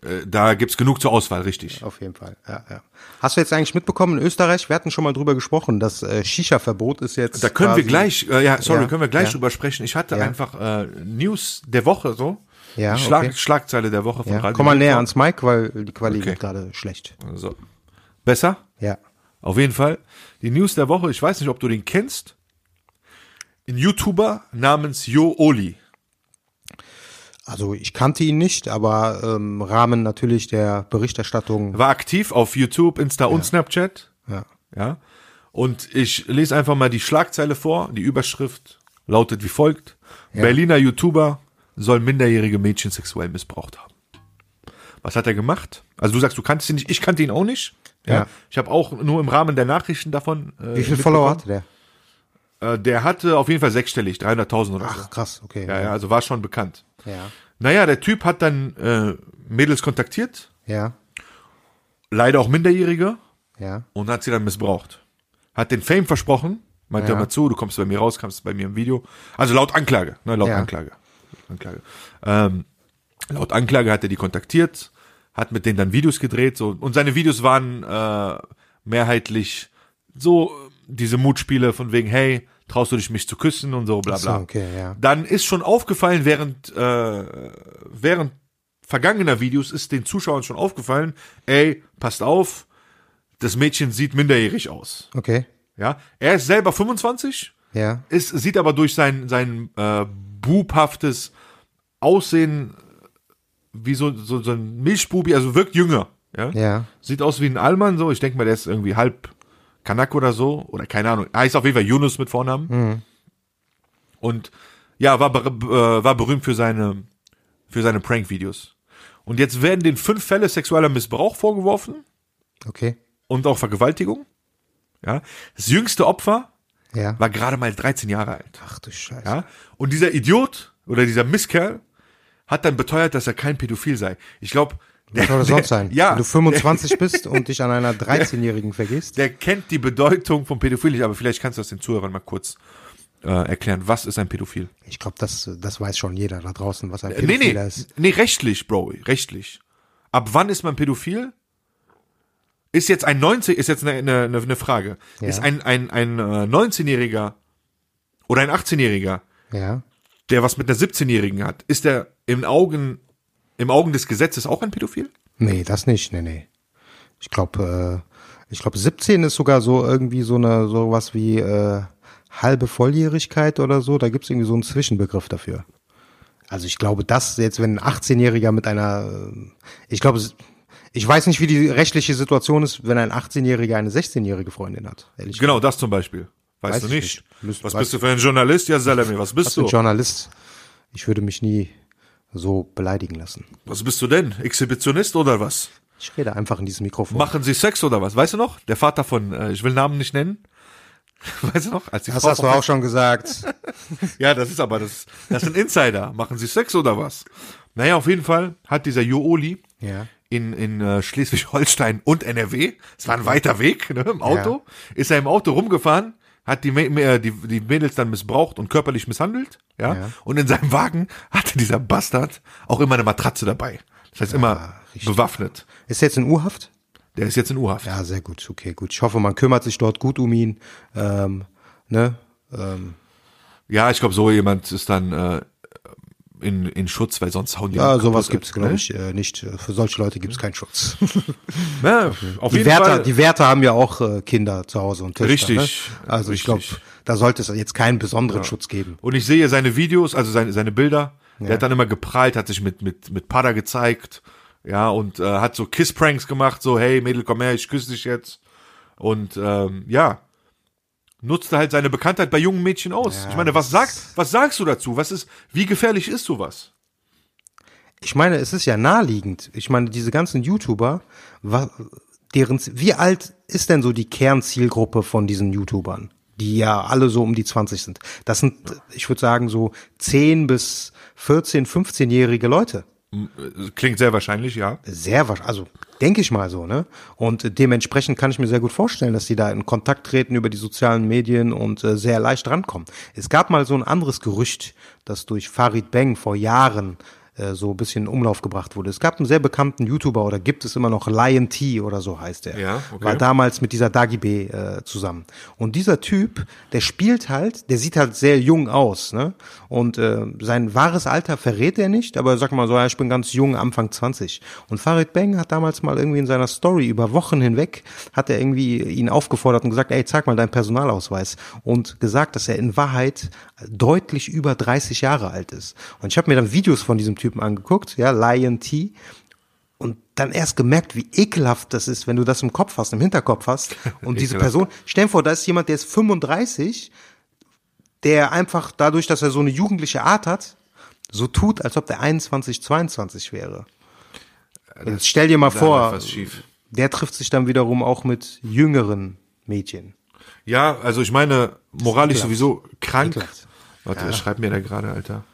C: Äh, Da gibt's genug zur Auswahl, richtig.
B: auf jeden Fall. Ja, ja. Hast du jetzt eigentlich mitbekommen in Österreich? Wir hatten schon mal drüber gesprochen, das äh, Shisha-Verbot ist jetzt.
C: Da können wir
B: quasi-
C: gleich, äh, ja, sorry,
B: Ja,
C: können wir gleich
B: ja.
C: drüber sprechen. Ich hatte
B: Ja.
C: einfach äh, News der Woche so.
B: Ja,
C: Die Schlag,
B: okay.
C: Schlagzeile der Woche von
B: Ja.
C: Radio.
B: Komm mal näher
C: Regenbogen.
B: ans Mic, weil die Quali
C: Okay.
B: wird gerade schlecht.
C: So. Besser?
B: Ja.
C: Auf jeden Fall. Die News der Woche, ich weiß nicht, ob du den kennst. Ein YouTuber namens Jo Oli.
B: Also ich kannte ihn nicht, aber ähm, Rahmen natürlich der Berichterstattung.
C: War aktiv auf YouTube, Insta und Snapchat.
B: Ja.
C: Ja. Und ich lese einfach mal die Schlagzeile vor. Die Überschrift lautet wie folgt. Berliner YouTuber soll minderjährige Mädchen sexuell missbraucht haben. Was hat er gemacht? Also du sagst, du kanntest ihn nicht. Ich kannte ihn auch nicht. Ja.
B: Ja.
C: Ich habe auch nur im Rahmen der Nachrichten davon. äh,
B: Wie viele
C: mitbekommen.
B: Follower hatte der?
C: Äh, der hatte auf jeden Fall sechsstellig, 300.000 oder so.
B: Ach krass, okay.
C: Ja, ja, also war schon bekannt.
B: ja.
C: Naja, der Typ hat dann äh, Mädels kontaktiert,
B: Ja,
C: leider auch Minderjährige,
B: ja.
C: und hat sie dann missbraucht. Hat den Fame versprochen, meinte
B: Ja.
C: immer zu, du kommst bei mir raus, kommst bei mir im Video. Also laut Anklage, ne, laut
B: Ja.
C: Anklage. Anklage. Ähm, laut Anklage hat er die kontaktiert, hat mit denen dann Videos gedreht, so, und seine Videos waren äh, mehrheitlich so äh, diese Mutspiele von wegen, hey, traust du dich mich zu küssen und so, bla
B: So,
C: bla.
B: okay, ja.
C: Dann ist schon aufgefallen, während, äh, während vergangener Videos ist den Zuschauern schon aufgefallen, ey, passt auf, das Mädchen sieht minderjährig aus.
B: Okay.
C: Ja, er ist selber 25,
B: Ja.
C: ist, sieht aber durch sein, sein äh, bubhaftes Aussehen wie so, so, so ein Milchbubi, also wirkt jünger. Ja?
B: Ja.
C: Sieht aus wie ein Allmann so. Ich denke mal, der ist irgendwie halb Kanak oder so. Oder keine Ahnung. Er heißt auf jeden Fall Yunus mit Vornamen. Und ja, war, ber- äh, war berühmt für seine, für seine Prank-Videos. Und jetzt werden den fünf Fälle sexueller Missbrauch vorgeworfen
B: Okay.
C: und auch Vergewaltigung. Ja. Das jüngste Opfer
B: Ja.
C: war gerade mal 13 Jahre alt.
B: Ach du Scheiße.
C: Ja? Und dieser Idiot oder dieser Misskerl hat dann beteuert, dass er kein Pädophil sei. Ich glaube,
B: Was soll das sonst sein?
C: Ja.
B: Wenn du 25 bist und dich an einer 13-Jährigen vergisst.
C: der kennt die Bedeutung von Pädophil nicht, aber vielleicht kannst du das den Zuhörern mal kurz äh, erklären. Was ist ein Pädophil?
B: Ich glaube, das, das weiß schon jeder da draußen, was ein
C: Äh, nee,
B: Pädophiler
C: nee,
B: ist.
C: nee, rechtlich, Bro, rechtlich. Ab wann ist man pädophil? Ist jetzt ein 19, ist jetzt eine, eine, eine Frage.
B: Ja.
C: Ist ein, ein, ein äh, 19-Jähriger oder ein 18-Jähriger,
B: Ja.
C: der was mit einer 17-Jährigen hat, ist der im Augen, im Augen des Gesetzes auch ein Pädophil?
B: Nee, das nicht. Nee, nee. Ich glaube, äh, ich glaube, 17 ist sogar so irgendwie so eine, sowas wie äh, halbe Volljährigkeit oder so. Da gibt's irgendwie so einen Zwischenbegriff dafür. Also ich glaube, das jetzt, wenn ein 18-Jähriger mit einer, äh, ich glaube, s- ich weiß nicht, wie die rechtliche Situation ist, wenn ein 18-Jähriger eine 16-jährige Freundin hat. Ehrlich
C: Genau, das zum Beispiel. Weißt
B: Weiß
C: du
B: ich
C: nicht.
B: nicht. Müsst-
C: was
B: weiß-
C: bist du für ein Journalist? Ja, Salami, was bist
B: gesagt, als
C: du?
B: Journalist, ich würde mich nie so beleidigen lassen.
C: Was bist du denn? Exhibitionist oder was?
B: Ich rede einfach in dieses Mikrofon.
C: Machen sie Sex oder was? Weißt du noch? Der Vater von, äh, ich will Namen nicht nennen. Weißt du noch? Als die
B: das
C: Frau
B: hast du auch schon gesagt.
C: Ja, das ist aber, das, das sind Insider. Machen sie Sex oder was? Naja, auf jeden Fall hat dieser Jooli
B: Ja.
C: in, in äh, Schleswig-Holstein und NRW, es war ein weiter Weg ne, im Auto, ist er im Auto rumgefahren, hat die, Mä- äh, die, die Mädels dann missbraucht und körperlich misshandelt. Ja?
B: Ja.
C: Und in seinem Wagen hatte dieser Bastard auch immer eine Matratze dabei. Das heißt, immer
B: Ah, richtig.
C: bewaffnet.
B: Ist er jetzt in U-Haft?
C: Der ist jetzt in U-Haft.
B: Ja, sehr gut, okay, gut. Ich hoffe, man kümmert sich dort gut um ihn. Ähm, ne? Ähm,
C: Ja, ich glaube, so jemand ist dann äh, in, in Schutz, weil sonst hauen die
B: ja,
C: ihn
B: sowas
C: kaputt,
B: gibt's glaube
C: ne?
B: ich, äh, nicht. Für solche Leute gibt's keinen Schutz.
C: Ja, auf
B: Die
C: jeden
B: Wärter,
C: Fall.
B: die Wärter haben ja auch äh, Kinder zu Hause und Töchter.
C: Richtig,
B: Ne? Also ich glaube,
C: richtig.
B: da sollte es jetzt keinen besonderen Schutz geben.
C: Und ich sehe seine Videos, also seine, seine Bilder. Der hat dann immer geprahlt, hat sich mit, mit, mit Pada gezeigt. Ja, und äh, hat so Kiss-Pranks gemacht, so, hey Mädel, komm her, ich küsse dich jetzt. Und ähm, ja, nutzte halt seine Bekanntheit bei jungen Mädchen aus.
B: Ja,
C: ich meine, was,
B: das
C: sagt, was sagst du dazu? Was ist, wie gefährlich ist sowas?
B: Ich meine, es ist ja naheliegend. Ich meine, diese ganzen YouTuber, wa- deren, wie alt ist denn so die Kernzielgruppe von diesen YouTubern? Die ja alle so um die 20 sind. Das sind, ich würde sagen, so 10 bis 14, 15-jährige Leute.
C: Äh, Klingt sehr wahrscheinlich, ja.
B: Sehr wahrscheinlich, also denke ich mal so, ne? Und dementsprechend kann ich mir sehr gut vorstellen, dass die da in Kontakt treten über die sozialen Medien und äh, sehr leicht rankommen. Es gab mal so ein anderes Gerücht, das durch Farid Beng vor Jahren äh, so ein bisschen in Umlauf gebracht wurde. Es gab einen sehr bekannten YouTuber oder gibt es immer noch Lion T oder so heißt er.
C: Ja, okay.
B: War damals mit dieser Dagi B äh, zusammen. Und dieser Typ, der spielt halt, der sieht halt sehr jung aus, ne? Und äh, sein wahres Alter verrät er nicht, aber sag mal so, ja, ich bin ganz jung, Anfang 20. Und Farid Bang hat damals mal irgendwie in seiner Story über Wochen hinweg, hat er irgendwie ihn aufgefordert und gesagt, ey, zeig mal deinen Personalausweis. Und gesagt, dass er in Wahrheit deutlich über 30 Jahre alt ist. Und ich habe mir dann Videos von diesem Typen angeguckt, ja, Lion T, und dann erst gemerkt, wie ekelhaft das ist, wenn du das im Kopf hast, im Hinterkopf hast. Und diese
C: Ekelhaft.
B: Person, stell dir vor, da ist jemand, der ist 35, der einfach dadurch, dass er so eine jugendliche Art hat, so tut, als ob der 21, 22 wäre.
C: Äh,
B: Jetzt stell dir mal
C: da läuft
B: vor,
C: was schief.
B: der trifft sich dann wiederum auch mit jüngeren Mädchen.
C: Ja, also ich meine, moralisch sowieso krank.
B: Ekelhaft.
C: Warte, schreib mir da gerade, Alter.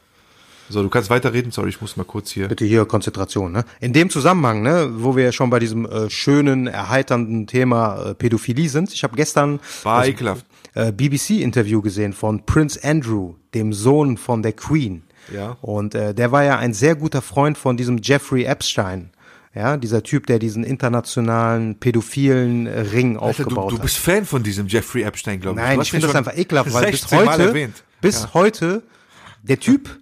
C: So, du kannst weiterreden, sorry, ich muss mal kurz hier.
B: Bitte hier Konzentration. Ne? In dem Zusammenhang, ne, wo wir ja schon bei diesem äh, schönen, erheiternden Thema äh, Pädophilie sind, ich habe gestern
C: War ekelhaft.
B: äh, BBC-Interview gesehen von Prince Andrew, dem Sohn von der Queen.
C: Ja.
B: Und äh, der war ja ein sehr guter Freund von diesem Jeffrey Epstein. Ja, dieser Typ, der diesen internationalen pädophilen äh, Ring
C: Alter, du,
B: aufgebaut
C: du
B: hat.
C: bist Fan von diesem Jeffrey Epstein, glaube ich.
B: Nein,
C: Du hast
B: ich
C: ihn
B: finde das
C: schon
B: einfach ekelhaft, weil bis
C: 16 Mal
B: heute,
C: erwähnt.
B: bis heute, der Typ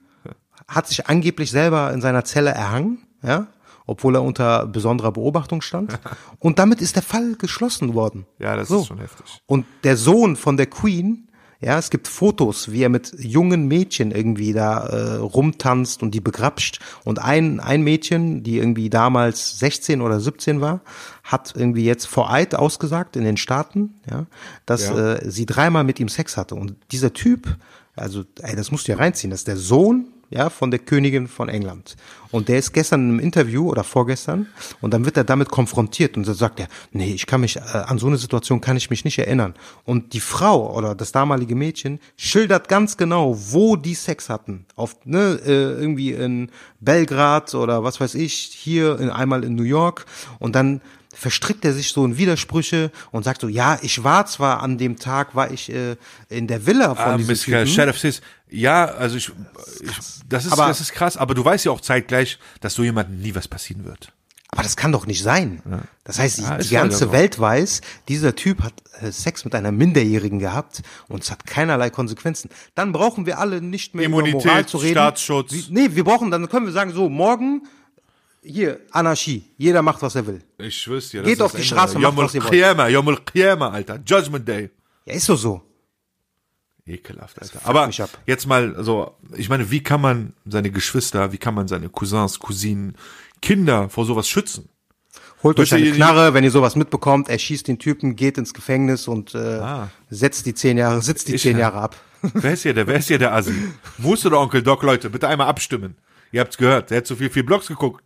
B: hat sich angeblich selber in seiner Zelle erhangen, ja, obwohl er unter besonderer Beobachtung stand. Und damit ist der Fall geschlossen worden.
C: Ja, das ist schon heftig.
B: Und der Sohn von der Queen, ja, es gibt Fotos, wie er mit jungen Mädchen irgendwie da äh, rumtanzt und die begrapscht. Und ein, ein Mädchen, die irgendwie damals 16 oder 17 war, hat irgendwie jetzt vor Eid ausgesagt in den Staaten, ja, dass
C: Ja.
B: Äh, sie dreimal mit ihm Sex hatte. Und dieser Typ, also ey, das musst du ja reinziehen, das ist der Sohn ja, von der Königin von England. Und der ist gestern im Interview oder vorgestern und dann wird er damit konfrontiert und dann sagt er, nee, ich kann mich, äh, an so eine Situation kann ich mich nicht erinnern. Und die Frau oder das damalige Mädchen schildert ganz genau, wo die Sex hatten. Auf, ne, äh, irgendwie in Belgrad oder was weiß ich, hier in, einmal in New York und dann verstrickt er sich so in Widersprüche und sagt so, ja, ich war zwar an dem Tag, war ich äh, in der Villa von
C: Ah,
B: diesem
C: Miss Kerr,
B: Typen.
C: Sheriff Sis. Ja, also ich, ich das, ist,
B: Aber-
C: das ist krass, aber du weißt ja auch zeitgleich, dass so jemandem nie was passieren wird.
B: Aber das kann doch nicht sein. Das heißt, die,
C: Ja,
B: die
C: ist leider
B: ganze
C: so.
B: Welt weiß, dieser Typ hat äh, Sex mit einer Minderjährigen gehabt und es hat keinerlei Konsequenzen. Dann brauchen wir alle nicht mehr über
C: Immunität,
B: Moral zu reden.
C: Staatsschutz.
B: Wie, nee, wir brauchen, dann können wir sagen, so, morgen hier, Anarchie. Jeder macht, was er will.
C: Ich schwör's dir.
B: Geht auf die Straße, macht,
C: Jomul
B: was ihr wollt.
C: Qiyama, Jomul Qiyama, Alter. Judgment Day.
B: Ja, ist doch so.
C: Ekelhaft, Alter. Aber
B: mich ab.
C: jetzt mal so, ich meine, wie kann man seine Geschwister, wie kann man seine Cousins, Cousinen, Kinder vor sowas schützen?
B: Holt euch
C: Wisst ihr,
B: eine
C: die-
B: Knarre, wenn ihr sowas mitbekommt, erschießt den Typen, geht ins Gefängnis und äh,
C: Ah.
B: setzt die zehn Jahre, sitzt die
C: Ich-
B: zehn Jahre ab.
C: Wer ist hier der, wer ist hier der Assi? Moose oder Onkel Doc, Leute, bitte einmal abstimmen. Ihr habt's gehört, der hat zu viel, viel Blogs geguckt.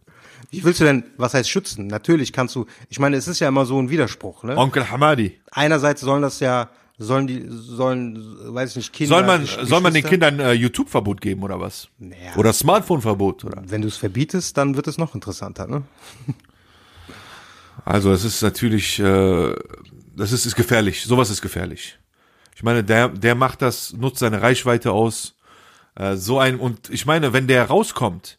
B: Wie willst du denn, was heißt schützen? Natürlich kannst du, ich meine, es ist ja immer so ein Widerspruch, ne?
C: Onkel Hamadi.
B: einerseits sollen das ja, sollen die, sollen, weiß ich nicht, Kinder.
C: Soll man,
B: Gesch-
C: soll man den
B: Geschwister-
C: Kindern äh, YouTube-Verbot geben oder was?
B: Naja.
C: Oder Smartphone-Verbot, oder?
B: Wenn du es verbietest, dann wird es noch interessanter, ne?
C: Also es ist natürlich, äh, das ist, ist gefährlich. Sowas ist gefährlich. Ich meine, der, der macht das, nutzt seine Reichweite aus. Äh, so ein, und ich meine, wenn der rauskommt,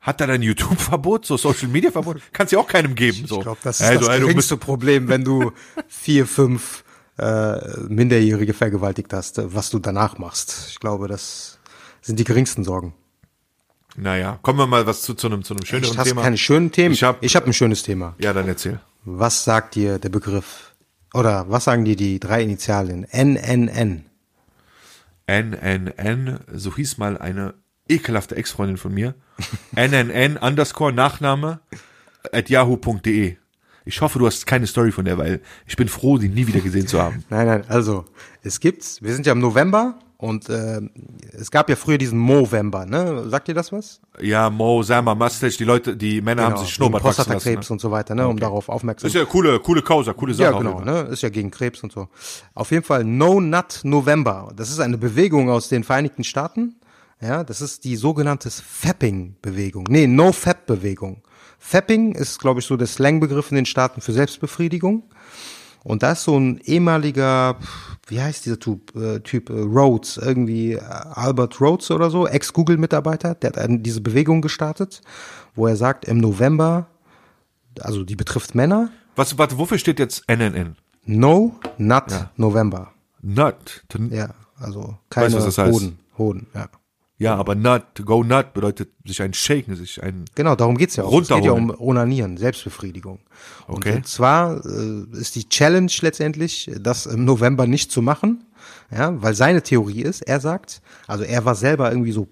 C: hat er dann YouTube-Verbot, so Social-Media-Verbot? Kannst ja auch keinem geben. So.
B: Ich glaube, das ist
C: also,
B: das
C: ey, du bist,
B: geringste Problem, wenn du vier, fünf äh, Minderjährige vergewaltigt hast, äh, was du danach machst. Ich glaube, das sind die geringsten Sorgen.
C: naja, kommen wir mal was zu, zu einem, zu einem
B: Ich
C: schöneren
B: hast
C: Thema.
B: keine schönen Themen.
C: Ich hab-
B: hab ein schönes Thema.
C: ja, dann erzähl.
B: Was sagt dir der Begriff? Oder was sagen dir die drei Initialien? NNN.
C: NNN, so hieß mal eine ekelhafte Ex-Freundin von mir. NNN, underscore Nachname, at yahoo.de. Ich hoffe, du hast keine Story von der, weil ich bin froh, sie nie wieder gesehen zu haben.
B: Nein, nein, also es gibt's, wir sind ja im November und äh, es gab ja früher diesen Movember, ne? Sagt ihr das was? Genau.
C: Ja, Mo, Sama, Mustache, die Leute, die Männer haben sich Schnurrbart
B: wegen
C: wachsen lassen. Ne?
B: Prostatakrebs und so weiter, ne? Um darauf aufmerksam
C: Ist ja coole, coole Causa, coole Sache.
B: Ja,
C: auf jeden
B: genau,
C: Fall.
B: ne? Ist ja gegen Krebs und so. Auf jeden Fall No Nut November. Das ist eine Bewegung aus den Vereinigten Staaten. Ja, das ist die sogenannte Fapping-Bewegung. Nee, No-Fap-Bewegung. Fapping ist, glaube ich, so der Slangbegriff in den Staaten für Selbstbefriedigung. Und da ist so ein ehemaliger, pf, wie heißt dieser Typ, äh, typ äh, Rhodes, irgendwie äh, Albert Rhodes oder so, Ex-Google-Mitarbeiter, der hat einen- diese Bewegung gestartet, wo er sagt, im November, also die betrifft Männer,
C: Was, warte, wofür steht jetzt NNN?
B: No, not November.
C: Nut.
B: Ja, also
C: Weißt
B: keine
C: du, was das heißt?
B: Hoden. Hoden, ja.
C: Ja, aber Nut, go Nut bedeutet sich ein Shaken, sich ein,
B: Genau, darum geht's ja auch. Es geht ja um
C: Runterholen.
B: Onanieren, Selbstbefriedigung.
C: Okay.
B: Und zwar äh, ist die Challenge letztendlich, das im November nicht zu machen, ja, weil seine Theorie ist, er sagt, also er war selber irgendwie so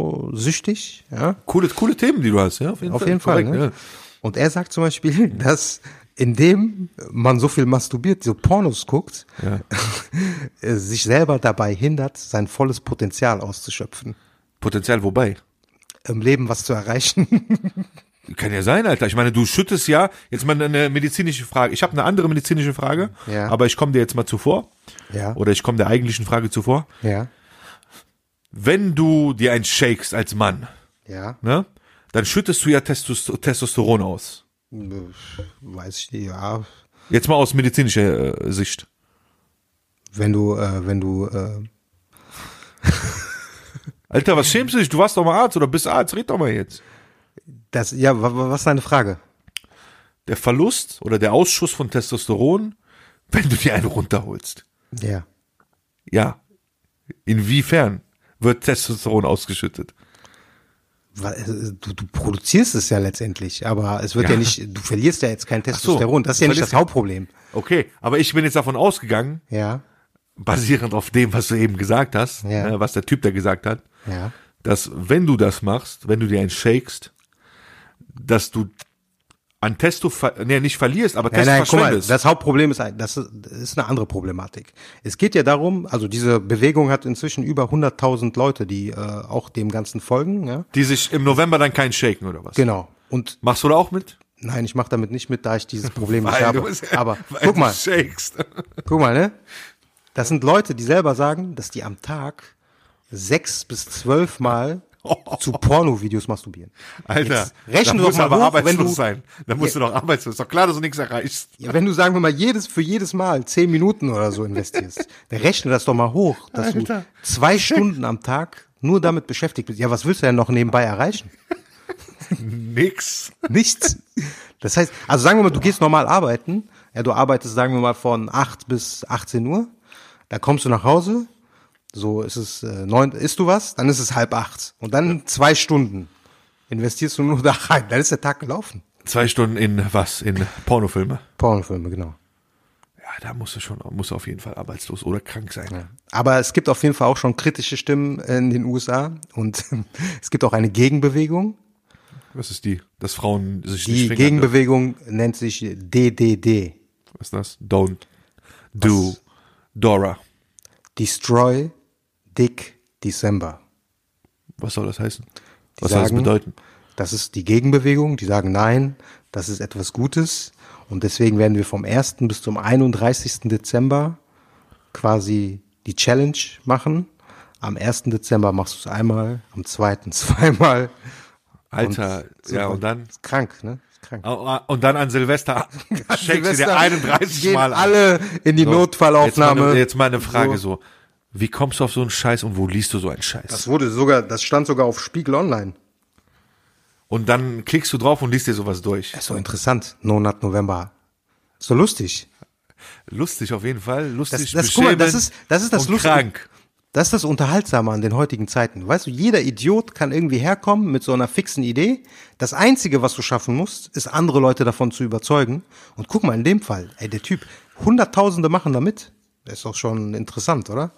B: pornosüchtig, ja,
C: coole, coole Themen, die du hast, ja? Auf jeden
B: Auf jeden Fall.
C: korrekt,
B: ne? Und er sagt zum Beispiel, dass indem man so viel masturbiert, so Pornos guckt, äh, sich selber dabei hindert, sein volles Potenzial auszuschöpfen,
C: Potenzial wobei.
B: im Leben was zu erreichen.
C: Kann ja sein, Alter. Ich meine, du schüttest ja jetzt mal eine medizinische Frage. Ich habe eine andere medizinische Frage,
B: Ja.
C: aber ich komme dir jetzt mal zuvor.
B: Ja.
C: Oder ich komme der eigentlichen Frage zuvor.
B: Ja.
C: Wenn du dir einen shakes als Mann,
B: Ja.
C: ne, dann schüttest du ja Testos Testosteron aus.
B: Weiß ich nicht, ja.
C: Jetzt mal aus medizinischer äh, Sicht.
B: Wenn du, äh, wenn du, äh,
C: Alter, was schämst du dich? Du warst doch mal Arzt oder bist Arzt, red doch mal jetzt.
B: das, ja, wa- wa- was ist deine Frage?
C: Der Verlust oder der Ausschuss von Testosteron, wenn du dir einen runterholst.
B: Ja.
C: Ja. Inwiefern wird Testosteron ausgeschüttet?
B: Wa- äh, Du, du produzierst es ja letztzendlich, aber es wird ja,
C: Ja.
B: nicht, du verlierst ja jetzt kein
C: so,
B: Testosteron. das ist ja
C: du
B: nicht das
C: verlierst-
B: Hauptproblem.
C: Okay, aber ich bin jetzt davon ausgegangen,
B: Ja.
C: basierend auf dem, was du eben gesagt hast,
B: Ja.
C: ne, was der Typ da gesagt hat,
B: Ja.
C: dass wenn du das machst, wenn du dir einen shakest, dass du an Testo, ver- nee, nicht verlierst, aber
B: Nein,
C: Testo
B: nein, guck mal,
C: verschwendest.
B: das Hauptproblem ist, ein- das ist das ist eine andere Problematik. Es geht ja darum, also diese Bewegung hat inzwischen über 100.000 Leute, die äh, auch dem Ganzen folgen. Ja?
C: die sich im November dann keinen shaken oder was?
B: Genau. Und
C: Machst du da auch mit?
B: nein, ich mache damit nicht mit, da ich dieses Problem nicht
C: Weil
B: habe.
C: du es-
B: Aber
C: weil
B: guck
C: du
B: mal,
C: shakest.
B: guck mal, ne? Das sind Leute, die selber sagen, dass die am Tag sechs bis zwölf Mal zu Pornovideos masturbieren.
C: Oh. Alter,
B: Jetzt rechnen
C: da
B: wir
C: musst
B: doch
C: du
B: mal
C: aber
B: hoch, wenn
C: arbeitslos
B: du-
C: sein. Da musst du doch arbeitslos. Ist doch klar, dass du nichts erreichst.
B: Ja, wenn du sagen wir mal jedes für jedes Mal zehn Minuten oder so investierst, dann rechne das doch mal hoch, dass
C: Alter.
B: du zwei Stunden am Tag nur damit beschäftigt bist. Ja, was willst du denn noch nebenbei erreichen?
C: Nix.
B: Nichts. Das heißt, also sagen wir mal, du gehst normal arbeiten. Ja, du arbeitest, sagen wir mal, von 8 bis 18 Uhr. Da kommst du nach Hause. So ist es äh, neun, isst du was, dann ist es halb acht. Und dann zwei Stunden investierst du nur da rein. Dann ist der Tag gelaufen.
C: Zwei Stunden in was? In Pornofilme?
B: Pornofilme, genau.
C: Ja, da musst du schon, musst du auf jeden Fall arbeitslos oder krank sein.
B: Aber es gibt auf jeden Fall auch schon kritische Stimmen in den USA und es gibt auch eine Gegenbewegung.
C: Was ist die? Dass Frauen sich
B: Die
C: nicht fingern dürfen.
B: Gegenbewegung nennt sich DDD.
C: Was ist das? Don't do Dora.
B: Destroy Dick December.
C: Was soll das heißen?
B: Die
C: Was soll das
B: sagen,
C: bedeuten?
B: Das ist die Gegenbewegung, die sagen nein, das ist etwas Gutes und deswegen werden wir vom 1. bis zum 31. Dezember quasi die Challenge machen. Am 1. Dezember machst du es einmal, am 2. zweimal.
C: Alter,
B: so
C: ja,
B: weiter.
C: und dann.
B: Ist krank, ne? Ist krank.
C: Und dann an Silvester shakes du dir
B: Silvester
C: 31
B: gehen
C: Mal an.
B: alle in die
C: So,
B: Notfallaufnahme.
C: Jetzt mal, eine, jetzt mal eine Frage so. Wie kommst du auf so einen Scheiß und wo liest du so einen Scheiß?
B: Das wurde sogar, das stand sogar auf Spiegel Online.
C: und dann klickst du drauf und liest dir sowas durch.
B: Ist so interessant. No Nut November. Ist so lustig.
C: Lustig auf jeden Fall. Lustig,
B: das- guck mal, das
C: beschämend
B: ist- das ist das
C: und
B: Lustige.
C: krank.
B: Das ist das Unterhaltsame an den heutigen Zeiten. Weißt du, jeder Idiot kann irgendwie herkommen mit so einer fixen Idee. Das Einzige, was du schaffen musst, ist andere Leute davon zu überzeugen. Und guck mal, in dem Fall, ey, der Typ, Hunderttausende machen da mit. Das ist doch schon interessant, oder?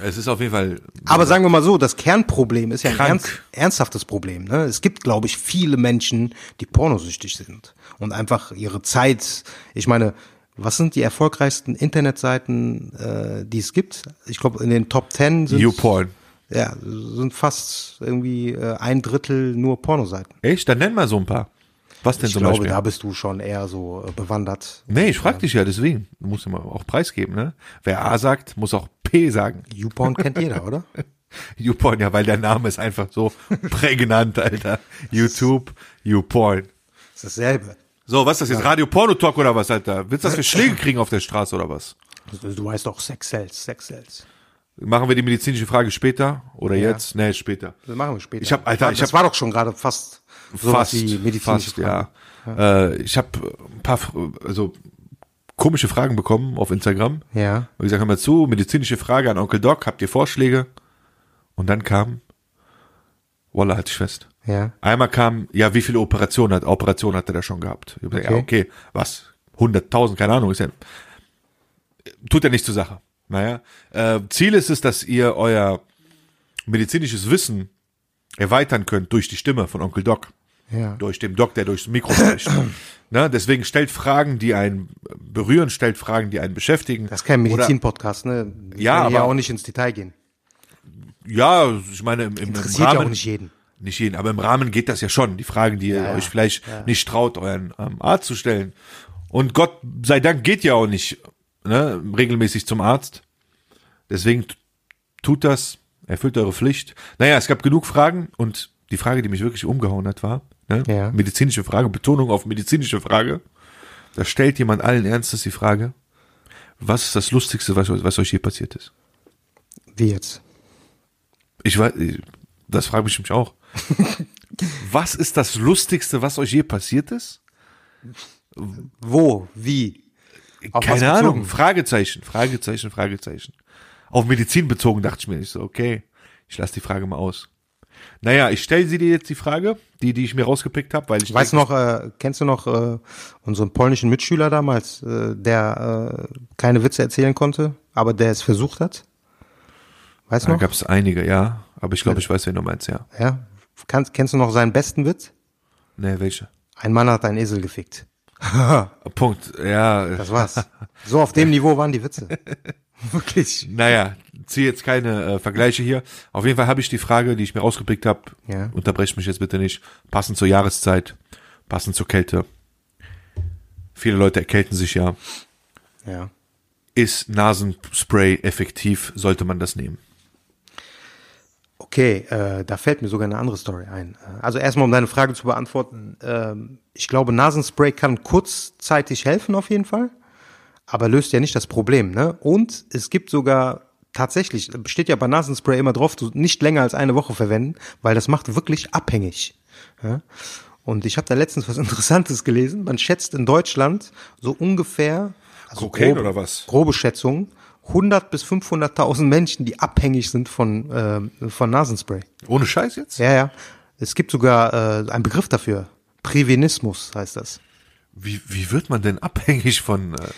C: Es ist auf jeden Fall.
B: Aber sagen wir mal so, das Kernproblem ist ja ein
C: Krank.
B: ernst, ernsthaftes Problem. Ne? Es gibt, glaube ich, viele Menschen, die pornosüchtig sind und einfach ihre Zeit. Ich meine, was sind die erfolgreichsten Internetseiten, äh, die es gibt? Ich glaube, in den Top Ten sind,
C: YouPorn.
B: ja, sind fast irgendwie äh, ein Drittel nur Pornoseiten.
C: Echt? Dann nenn mal so ein paar. Was denn
B: Ich
C: zum
B: glaube,
C: Beispiel?
B: da bist du schon eher so äh, bewandert.
C: Nee, ich frag dich ja, deswegen. Du musst ja mal auch preisgeben, ne? Wer A sagt, muss auch P sagen.
B: YouPorn kennt jeder, oder?
C: YouPorn, ja, weil der Name ist einfach so prägnant, Alter. YouTube, YouPorn.
B: Das ist dasselbe.
C: So, was ist das jetzt? Radio Porno Talk oder was, Alter? Willst du, dass wir Schläge kriegen auf der Straße oder was?
B: Du weißt doch, Sex sells, Sex sells.
C: Machen wir die medizinische Frage später oder jetzt? Nee, später.
B: Das machen wir später.
C: Ich hab- Alter, ich
B: das
C: hab-
B: war doch schon gerade fast sowas
C: fast,
B: wie medizinische
C: fast,
B: Fragen.
C: ja. Äh, ich habe ein paar Fr- also komische Fragen bekommen auf Instagram.
B: Ja.
C: Und gesagt, hör mal zu, medizinische Frage an Onkel Doc, habt ihr Vorschläge? Und dann kam, Walla, halt dich fest.
B: Ja.
C: Einmal kam, ja, wie viele Operationen hat, Operationen hat er da schon gehabt? Ich hab gesagt, ja, okay, was? 100.000, keine Ahnung, ist ja, tut ja nichts zur Sache. Naja, äh, Ziel ist es, dass ihr euer medizinisches Wissen erweitern könnt durch die Stimme von Onkel Doc
B: Ja.
C: durch den Doc, der durchs Mikro spricht. ne? Deswegen stellt Fragen, die einen berühren, stellt Fragen, die einen beschäftigen.
B: Das ist kein
C: Oder,
B: Medizin-Podcast, ne? Wir
C: Ja,
B: können hier
C: aber-
B: auch nicht ins Detail gehen.
C: ja, ich meine, im, im, im
B: Interessiert ja auch
C: Rahmen,
B: nicht jeden.
C: nicht jeden, aber im Rahmen geht das ja schon. Die Fragen, die ihr
B: ja,
C: euch vielleicht nicht traut, euren ähm, Arzt zu stellen. Und Gott sei Dank geht ja auch nicht ne, regelmäßig zum Arzt. Deswegen t- tut das, erfüllt eure Pflicht. Naja, es gab genug Fragen und die Frage, die mich wirklich umgehauen hat, war ne,
B: Ja.
C: medizinische Frage, Betonung auf medizinische Frage. Da stellt jemand allen Ernstes die Frage, was ist das Lustigste, was, was euch hier passiert ist?
B: Wie jetzt?
C: Ich weiß, das frage ich mich auch. was ist das Lustigste, was euch je passiert ist?
B: Wo? Wie? Auf was
C: Keine
B: bezogen?
C: Ahnung. Fragezeichen, Fragezeichen, Fragezeichen. Auf Medizin bezogen dachte ich mir, ich so, okay, ich lasse die Frage mal aus. Naja, ich stelle sie dir jetzt die Frage, die, die ich mir rausgepickt habe, weil ich
B: Weißt du
C: denke,
B: noch, äh, kennst du noch äh, unseren polnischen Mitschüler damals, äh, der äh, keine Witze erzählen konnte, aber der es versucht hat? Weißt du
C: da
B: noch?
C: gab es einige, ja. Aber ich glaube, ich weiß, wen du meinst, ja.
B: Ja. Kannst, kennst du noch seinen besten Witz?
C: Ne, welche?
B: Ein Mann hat einen Esel gefickt.
C: Punkt. Ja, äh,
B: Das war's. so auf dem Niveau waren die Witze. Wirklich.
C: Naja, ziehe jetzt keine äh, Vergleiche hier. Auf jeden Fall habe ich die Frage, die ich mir rausgepickt habe.
B: Ja.
C: Unterbrecht mich jetzt bitte nicht. Passend zur Jahreszeit, passend zur Kälte. Viele Leute erkälten sich ja.
B: Ja.
C: Ist Nasenspray effektiv? Sollte man das nehmen?
B: Okay, äh, da fällt mir sogar eine andere Story ein. Äh, Also erstmal, um deine Frage zu beantworten, ähm, ich glaube, Nasenspray kann kurzzeitig helfen auf jeden Fall, aber löst ja nicht das Problem. Ne? Und es gibt sogar tatsächlich, steht ja bei Nasenspray immer drauf, du nicht länger als eine Woche verwenden, weil das macht wirklich abhängig. Ja? Und ich habe da letztens was Interessantes gelesen. Man schätzt in Deutschland so ungefähr, also
C: Kokain oder was?
B: grobe Schätzung, 100 bis 500.000 Menschen, die abhängig sind von, ähm, von Nasenspray.
C: Ohne Scheiß jetzt?
B: Ja, ja. Es gibt sogar äh, einen Begriff dafür. Privenismus heißt das.
C: Wie, wie wird man denn abhängig von äh,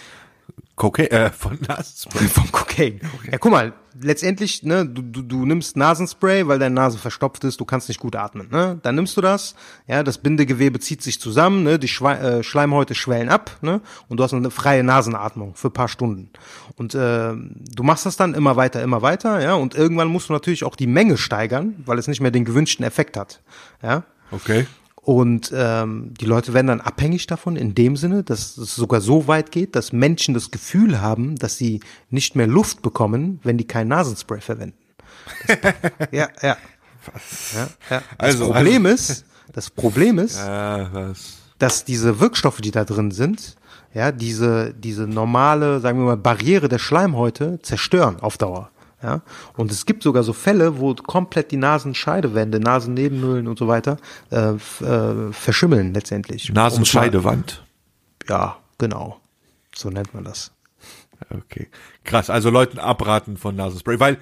C: Kokain, äh, von Nasenspray?
B: Vom Kokain. Ja, guck mal, letztendlich, ne, du, du, du nimmst Nasenspray, weil deine Nase verstopft ist, du kannst nicht gut atmen. Ne? Dann nimmst du das, ja, das Bindegewebe zieht sich zusammen, ne, die Schwe äh, Schleimhäute schwellen ab, ne? Und du hast eine freie Nasenatmung für ein paar Stunden. Und äh, du machst das dann immer weiter, immer weiter, ja, und irgendwann musst du natürlich auch die Menge steigern, weil es nicht mehr den gewünschten Effekt hat. Ja.
C: Okay.
B: Und ähm, die Leute werden dann abhängig davon, in dem Sinne, dass es sogar so weit geht, dass Menschen das Gefühl haben, dass sie nicht mehr Luft bekommen, wenn die kein Nasenspray verwenden. Das, ja, ja. ja, ja. Das
C: Also,
B: Problem ist, das Problem ist,
C: Ah, was?
B: dass diese Wirkstoffe, die da drin sind, ja, diese, diese normale, sagen wir mal, Barriere der Schleimhäute zerstören auf Dauer. Ja? Und es gibt sogar so Fälle, wo komplett die Nasenscheidewände, Nasennebenhöhlen und so weiter äh, f- äh, verschimmeln letztendlich.
C: Nasenscheidewand.
B: Um es mal- Ja, genau. So nennt man das.
C: Okay. Krass, also Leuten abraten von Nasenspray, weil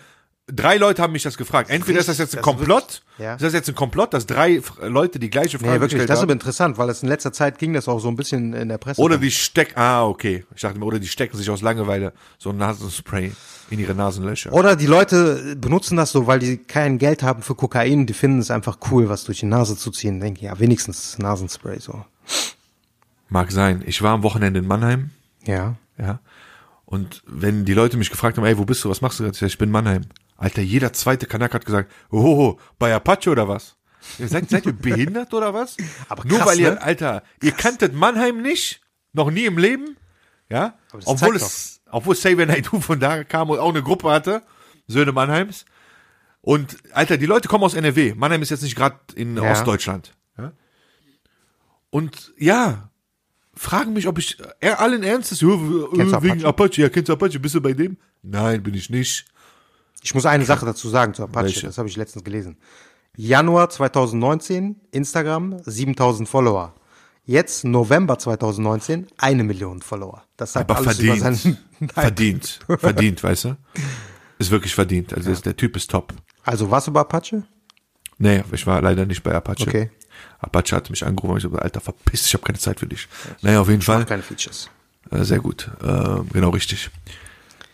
C: drei Leute haben mich das gefragt. Entweder ist das jetzt ein Komplott,
B: Ja.
C: ist das jetzt ein Komplott, dass drei F- Leute die gleiche Frage
B: Nee, wirklich,
C: gestellt
B: das ist
C: haben.
B: aber interessant, weil das in letzter Zeit ging das auch so ein bisschen in der Presse.
C: Oder die stecken, ah, okay. Ich dachte mir, oder die stecken sich aus Langeweile so ein Nasenspray in ihre Nasenlöcher.
B: Oder die Leute benutzen das so, weil die kein Geld haben für Kokain, die finden es einfach cool, was durch die Nase zu ziehen. Denken, ja, wenigstens Nasenspray so.
C: Mag sein. Ich war am Wochenende in Mannheim,
B: Ja.
C: ja. Und wenn die Leute mich gefragt haben, ey, wo bist du, was machst du? Ich, sag, ich bin in Mannheim. Alter, jeder zweite Kanak hat gesagt, hoho, bei Apache oder was? Ihr seid, seid ihr behindert oder was?
B: Aber
C: Nur
B: krass,
C: weil ihr,
B: ne?
C: Alter, ihr kanntet Mannheim nicht, noch nie im Leben, ja.
B: Aber das
C: Obwohl
B: zeigt
C: es, obwohl Xavier Naidoo von da kam und auch eine Gruppe hatte, Söhne Mannheims. Und Alter, die Leute kommen aus NRW. Mannheim ist jetzt nicht gerade in
B: Ja.
C: Ostdeutschland. Ja? Und ja, fragen mich, ob ich äh, allen Ernstes, ja, w-
B: Kennst du
C: äh, wegen
B: Apache?
C: Apache, ja, kennst du Apache, bist du bei dem? Nein, bin ich nicht.
B: Ich muss eine Sache dazu sagen zu Apache,
C: Welche?
B: das habe ich letztens gelesen. Januar 2019, Instagram, 7000 Follower. Jetzt November 2019, eine Million Follower. Das sagt
C: Aber
B: alles über
C: verdient.
B: seinen...
C: Verdient. Verdient, weißt du? Ist wirklich verdient. Also ist, der Typ ist top.
B: Also was über Apache?
C: Nee, ich war leider nicht bei Apache.
B: Okay.
C: Apache hat mich angerufen und ich so, Alter, verpiss dich, ich habe keine Zeit für dich. Naja, auf jeden Fall.
B: Keine Features.
C: Äh, Sehr gut, äh, genau richtig.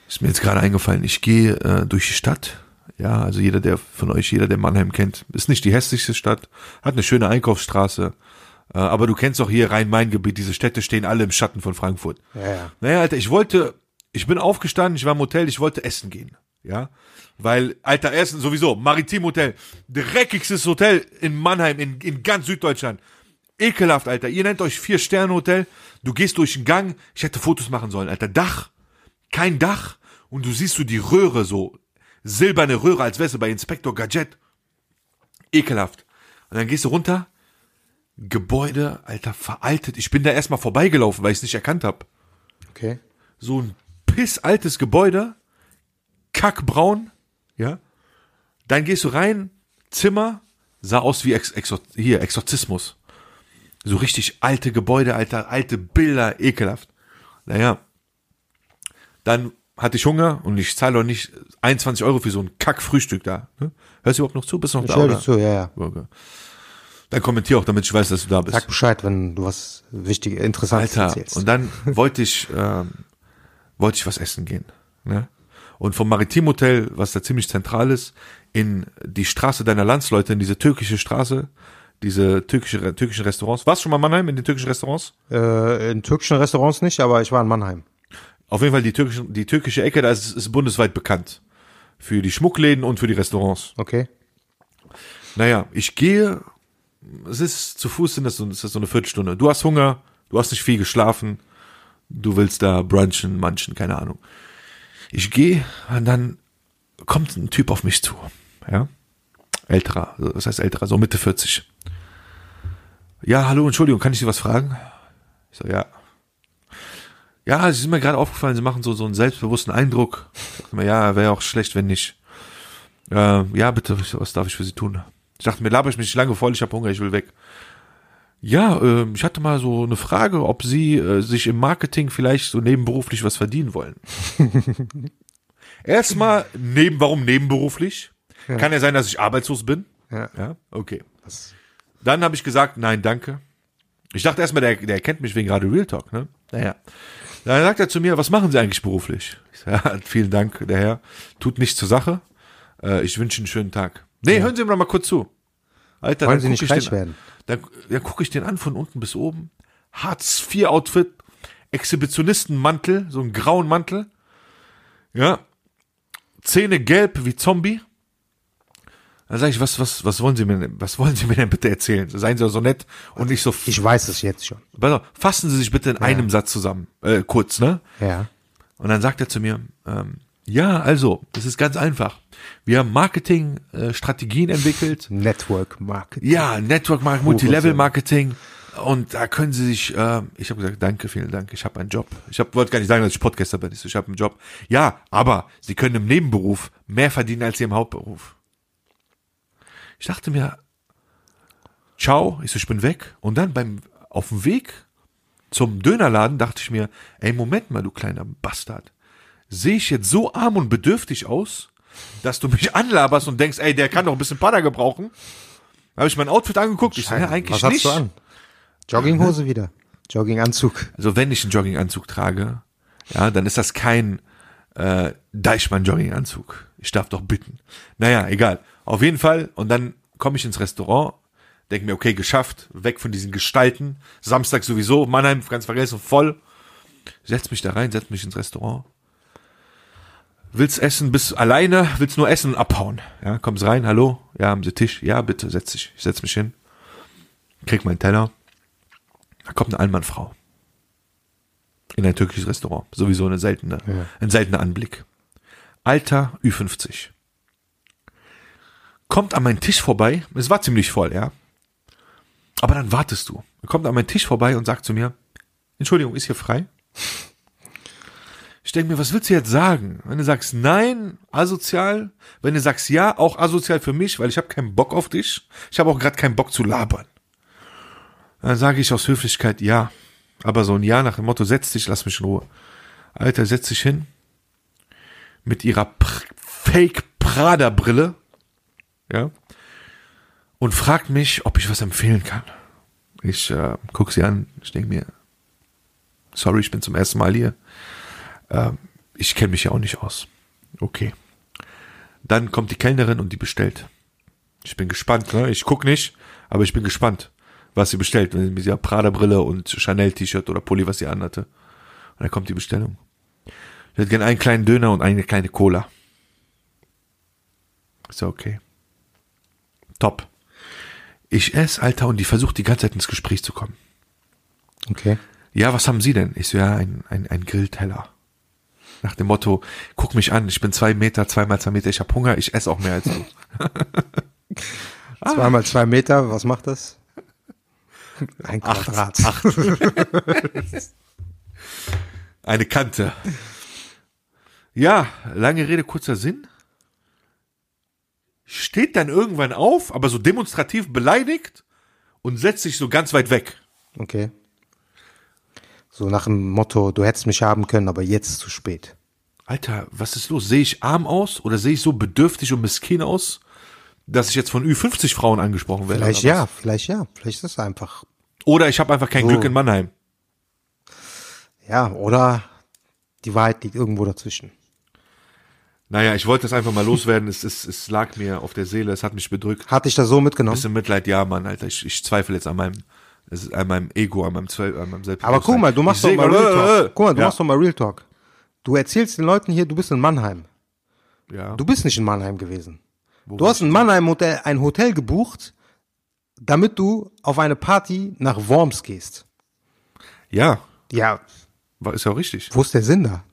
C: Ist mir jetzt gerade eingefallen, ich gehe äh, durch die Stadt. Ja, also jeder, der von euch, jeder, der Mannheim kennt, ist nicht die hässlichste Stadt, hat eine schöne Einkaufsstraße. Äh, aber du kennst auch hier Rhein-Main-Gebiet, diese Städte stehen alle im Schatten von Frankfurt.
B: Ja, ja.
C: Naja, Alter, ich wollte, ich bin aufgestanden, ich war im Hotel, ich wollte essen gehen. Ja, weil, Alter, Essen sowieso, Maritim Hotel, dreckigstes Hotel in Mannheim, in, in ganz Süddeutschland. Ekelhaft, Alter. Ihr nennt euch Vier-Sterne-Hotel, du gehst durch den Gang, ich hätte Fotos machen sollen, Alter. Dach, kein Dach und du siehst so die Röhre so, silberne Röhre, als wärst du bei Inspektor Gadget. Ekelhaft. Und dann gehst du runter, Gebäude, Alter, veraltet. Ich bin da erstmal vorbeigelaufen, weil ich es nicht erkannt habe
B: Okay.
C: so ein pissaltes Gebäude, kackbraun, ja. Dann gehst du rein, Zimmer, sah aus wie Ex Exor hier, Exorzismus. So richtig alte Gebäude, alter, alte Bilder, ekelhaft. Naja, dann hatte ich Hunger und ich zahle doch nicht 21 Euro für so ein Kackfrühstück da. Ne? Hörst du überhaupt noch zu? Bist du noch
B: Ich
C: da,
B: höre dir
C: oder?
B: zu, ja, ja.
C: Okay. Dann kommentier auch, damit ich weiß, dass du da bist.
B: Sag Bescheid, wenn du was Wichtiges, Interessantes
C: Alter,
B: erzählst.
C: und dann wollte ich, ähm, wollte ich was essen gehen. Ne? Und vom Maritimhotel, was da ziemlich zentral ist, in die Straße deiner Landsleute, in diese türkische Straße, diese türkische, türkischen Restaurants. Warst du schon mal in Mannheim in den türkischen Restaurants?
B: Äh, in türkischen Restaurants nicht, aber ich war in Mannheim.
C: Auf jeden Fall die, türkischen, die türkische Ecke, da ist, ist bundesweit bekannt. Für die Schmuckläden und für die Restaurants.
B: Okay.
C: Naja, ich gehe, es ist zu Fuß, sind das so, ist das so eine Viertelstunde. Du hast Hunger, du hast nicht viel geschlafen, du willst da brunchen, manchen, keine Ahnung. Ich gehe und dann kommt ein Typ auf mich zu, ja. Älterer, also was heißt älterer, so Mitte 40. Ja, hallo, Entschuldigung, kann ich Sie was fragen? Ich so, ja. Ja, Sie sind mir gerade aufgefallen, Sie machen so, so einen selbstbewussten Eindruck. Ich dachte mir, ja, wäre auch schlecht, wenn nicht. Äh, ja, bitte, was darf ich für Sie tun? Ich dachte mir, laber ich mich nicht lange voll, ich habe Hunger, ich will weg. Ja, ähm, ich hatte mal so eine Frage, ob Sie äh, sich im Marketing vielleicht so nebenberuflich was verdienen wollen. Erstmal, neben, warum nebenberuflich? Kann ja sein, dass ich arbeitslos bin.
B: Ja.
C: ja okay.
B: Das-
C: Dann habe ich gesagt, nein, danke. Ich dachte erstmal, der, der kennt mich wegen Radio Real Talk, ne? Naja. Dann sagt er zu mir, was machen Sie eigentlich beruflich? Ich sag, ja, vielen Dank, der Herr. Tut nichts zur Sache. Äh, ich wünsche Ihnen einen schönen Tag. Nee, hören Sie mir doch mal kurz zu. Alter,
B: Wollen
C: dann
B: Sie
C: guck
B: nicht
C: ich
B: reich
C: den,
B: werden?
C: Dann, dann gucke ich den an von unten bis oben. Hartz-IV-Outfit, Exhibitionistenmantel, so einen grauen Mantel. Ja. Zähne gelb wie Zombie. Dann sage ich, was, was, was wollen Sie mir, denn- was wollen Sie mir denn bitte erzählen? Seien Sie doch so nett und nicht so.
B: Ich weiß es jetzt schon.
C: Pass auf, fassen Sie sich bitte in einem Satz zusammen, äh, kurz, ne?
B: Ja.
C: Und dann sagt er zu mir, ähm, ja, also, das ist ganz einfach. Wir haben Marketing-Strategien äh, entwickelt.
B: Network Marketing.
C: Ja, Network Marketing, Multilevel Marketing. Und da können Sie sich, äh, ich habe gesagt, danke, vielen Dank, ich habe einen Job. Ich hab- wollte gar nicht sagen, dass ich Podcaster bin, ich, so, ich habe einen Job. Ja, aber Sie können im Nebenberuf mehr verdienen als Sie im Hauptberuf. Ich dachte mir, ciao, ich, so, ich bin weg. Und dann beim auf dem Weg zum Dönerladen dachte ich mir, ey, Moment mal, du kleiner Bastard. Sehe ich jetzt so arm und bedürftig aus, dass du mich anlaberst und denkst, ey, der kann doch ein bisschen Pada gebrauchen. Da habe ich mein Outfit angeguckt. Ich sage, ja, eigentlich
B: Was hast
C: nicht.
B: du an? Jogginghose wieder. Jogginganzug.
C: Also wenn ich einen Jogginganzug trage, ja, dann ist das kein äh, Deichmann-Jogginganzug. Ich darf doch bitten. Naja, egal. Auf jeden Fall. Und dann komme ich ins Restaurant, denke mir, okay, geschafft, weg von diesen Gestalten. Samstag sowieso, Mannheim ganz vergessen, voll. Setz mich da rein, setz mich ins Restaurant. Willst essen, bist alleine, willst nur essen und abhauen. Ja, kommst rein, hallo, ja, haben Sie Tisch? Ja, bitte, setz dich. Ich setz mich hin, krieg meinen Teller. Da kommt eine Allmannfrau. In ein türkisches Restaurant. Sowieso eine seltene, ein seltener Anblick. Alter Ü50. Kommt an meinen Tisch vorbei. Es war ziemlich voll, ja. Aber dann wartest du. Kommt an meinen Tisch vorbei und sagt zu mir, Entschuldigung, ist hier frei? Ich denke mir, was willst du jetzt sagen? Wenn du sagst nein, asozial. Wenn du sagst ja, auch asozial für mich, weil ich habe keinen Bock auf dich. Ich habe auch gerade keinen Bock zu labern. Dann sage ich aus Höflichkeit ja. Aber so ein Ja nach dem Motto, setz dich, lass mich in Ruhe. Alter, setz dich hin. Mit ihrer Pr Fake Prada-Brille. Ja. Und fragt mich, ob ich was empfehlen kann. Ich äh, guck sie an. Ich denke mir, sorry, ich bin zum ersten Mal hier. Ähm, ich kenne mich ja auch nicht aus. Okay. Dann kommt die Kellnerin und die bestellt. Ich bin gespannt, ne? Ich guck nicht, aber ich bin gespannt, was sie bestellt. Mit dieser Prada-Brille und Chanel-T-Shirt oder Pulli, was sie anhatte. Und dann kommt die Bestellung. Ich hätte gerne einen kleinen Döner und eine kleine Cola. Ist ja okay. Top. Ich esse, Alter, und die versucht die ganze Zeit ins Gespräch zu kommen.
B: Okay.
C: Ja, was haben Sie denn? Ich so, ja, ein, ein, ein Grillteller. Nach dem Motto, guck mich an, ich bin zwei Meter, zweimal zwei Meter, ich hab Hunger, ich esse auch mehr als du. Ah.
B: Zweimal zwei Meter, was macht das? Ein Quadrat. Acht.
C: Eine Kante. Ja, lange Rede, kurzer Sinn. Steht dann irgendwann auf, aber so demonstrativ beleidigt und setzt sich so ganz weit weg.
B: Okay. So nach dem Motto, du hättest mich haben können, aber jetzt ist zu spät.
C: Alter, was ist los? Sehe ich arm aus oder sehe ich so bedürftig und miskin aus, dass ich jetzt von Ü50 Frauen angesprochen werde?
B: Vielleicht
C: oder was?
B: ja, vielleicht ja. Vielleicht ist es einfach.
C: Oder ich habe einfach kein
B: So.
C: Glück in Mannheim.
B: Ja, oder die Wahrheit liegt irgendwo dazwischen.
C: Naja, ich wollte das einfach mal loswerden. Es, es, es lag mir auf der Seele, es hat mich bedrückt.
B: Hatte ich das so mitgenommen?
C: Bisschen Mitleid, ja, Mann, Alter. Ich, ich zweifle jetzt an meinem, es ist an meinem Ego, an meinem, Zwe an meinem Selbstbewusstsein.
B: Aber guck mal, du machst
C: Ich
B: doch
C: seh
B: mal Real
C: gerade, äh, äh,
B: Talk. Guck mal, du
C: ja,
B: machst doch mal Real Talk. Du erzählst den Leuten hier, du bist in Mannheim.
C: Ja.
B: Du bist nicht in Mannheim gewesen. du hast in Mannheim Hotel, ein Hotel gebucht, damit du auf eine Party nach Worms gehst.
C: ja,
B: Ja,
C: war, ist ja auch richtig.
B: wo ist der Sinn da?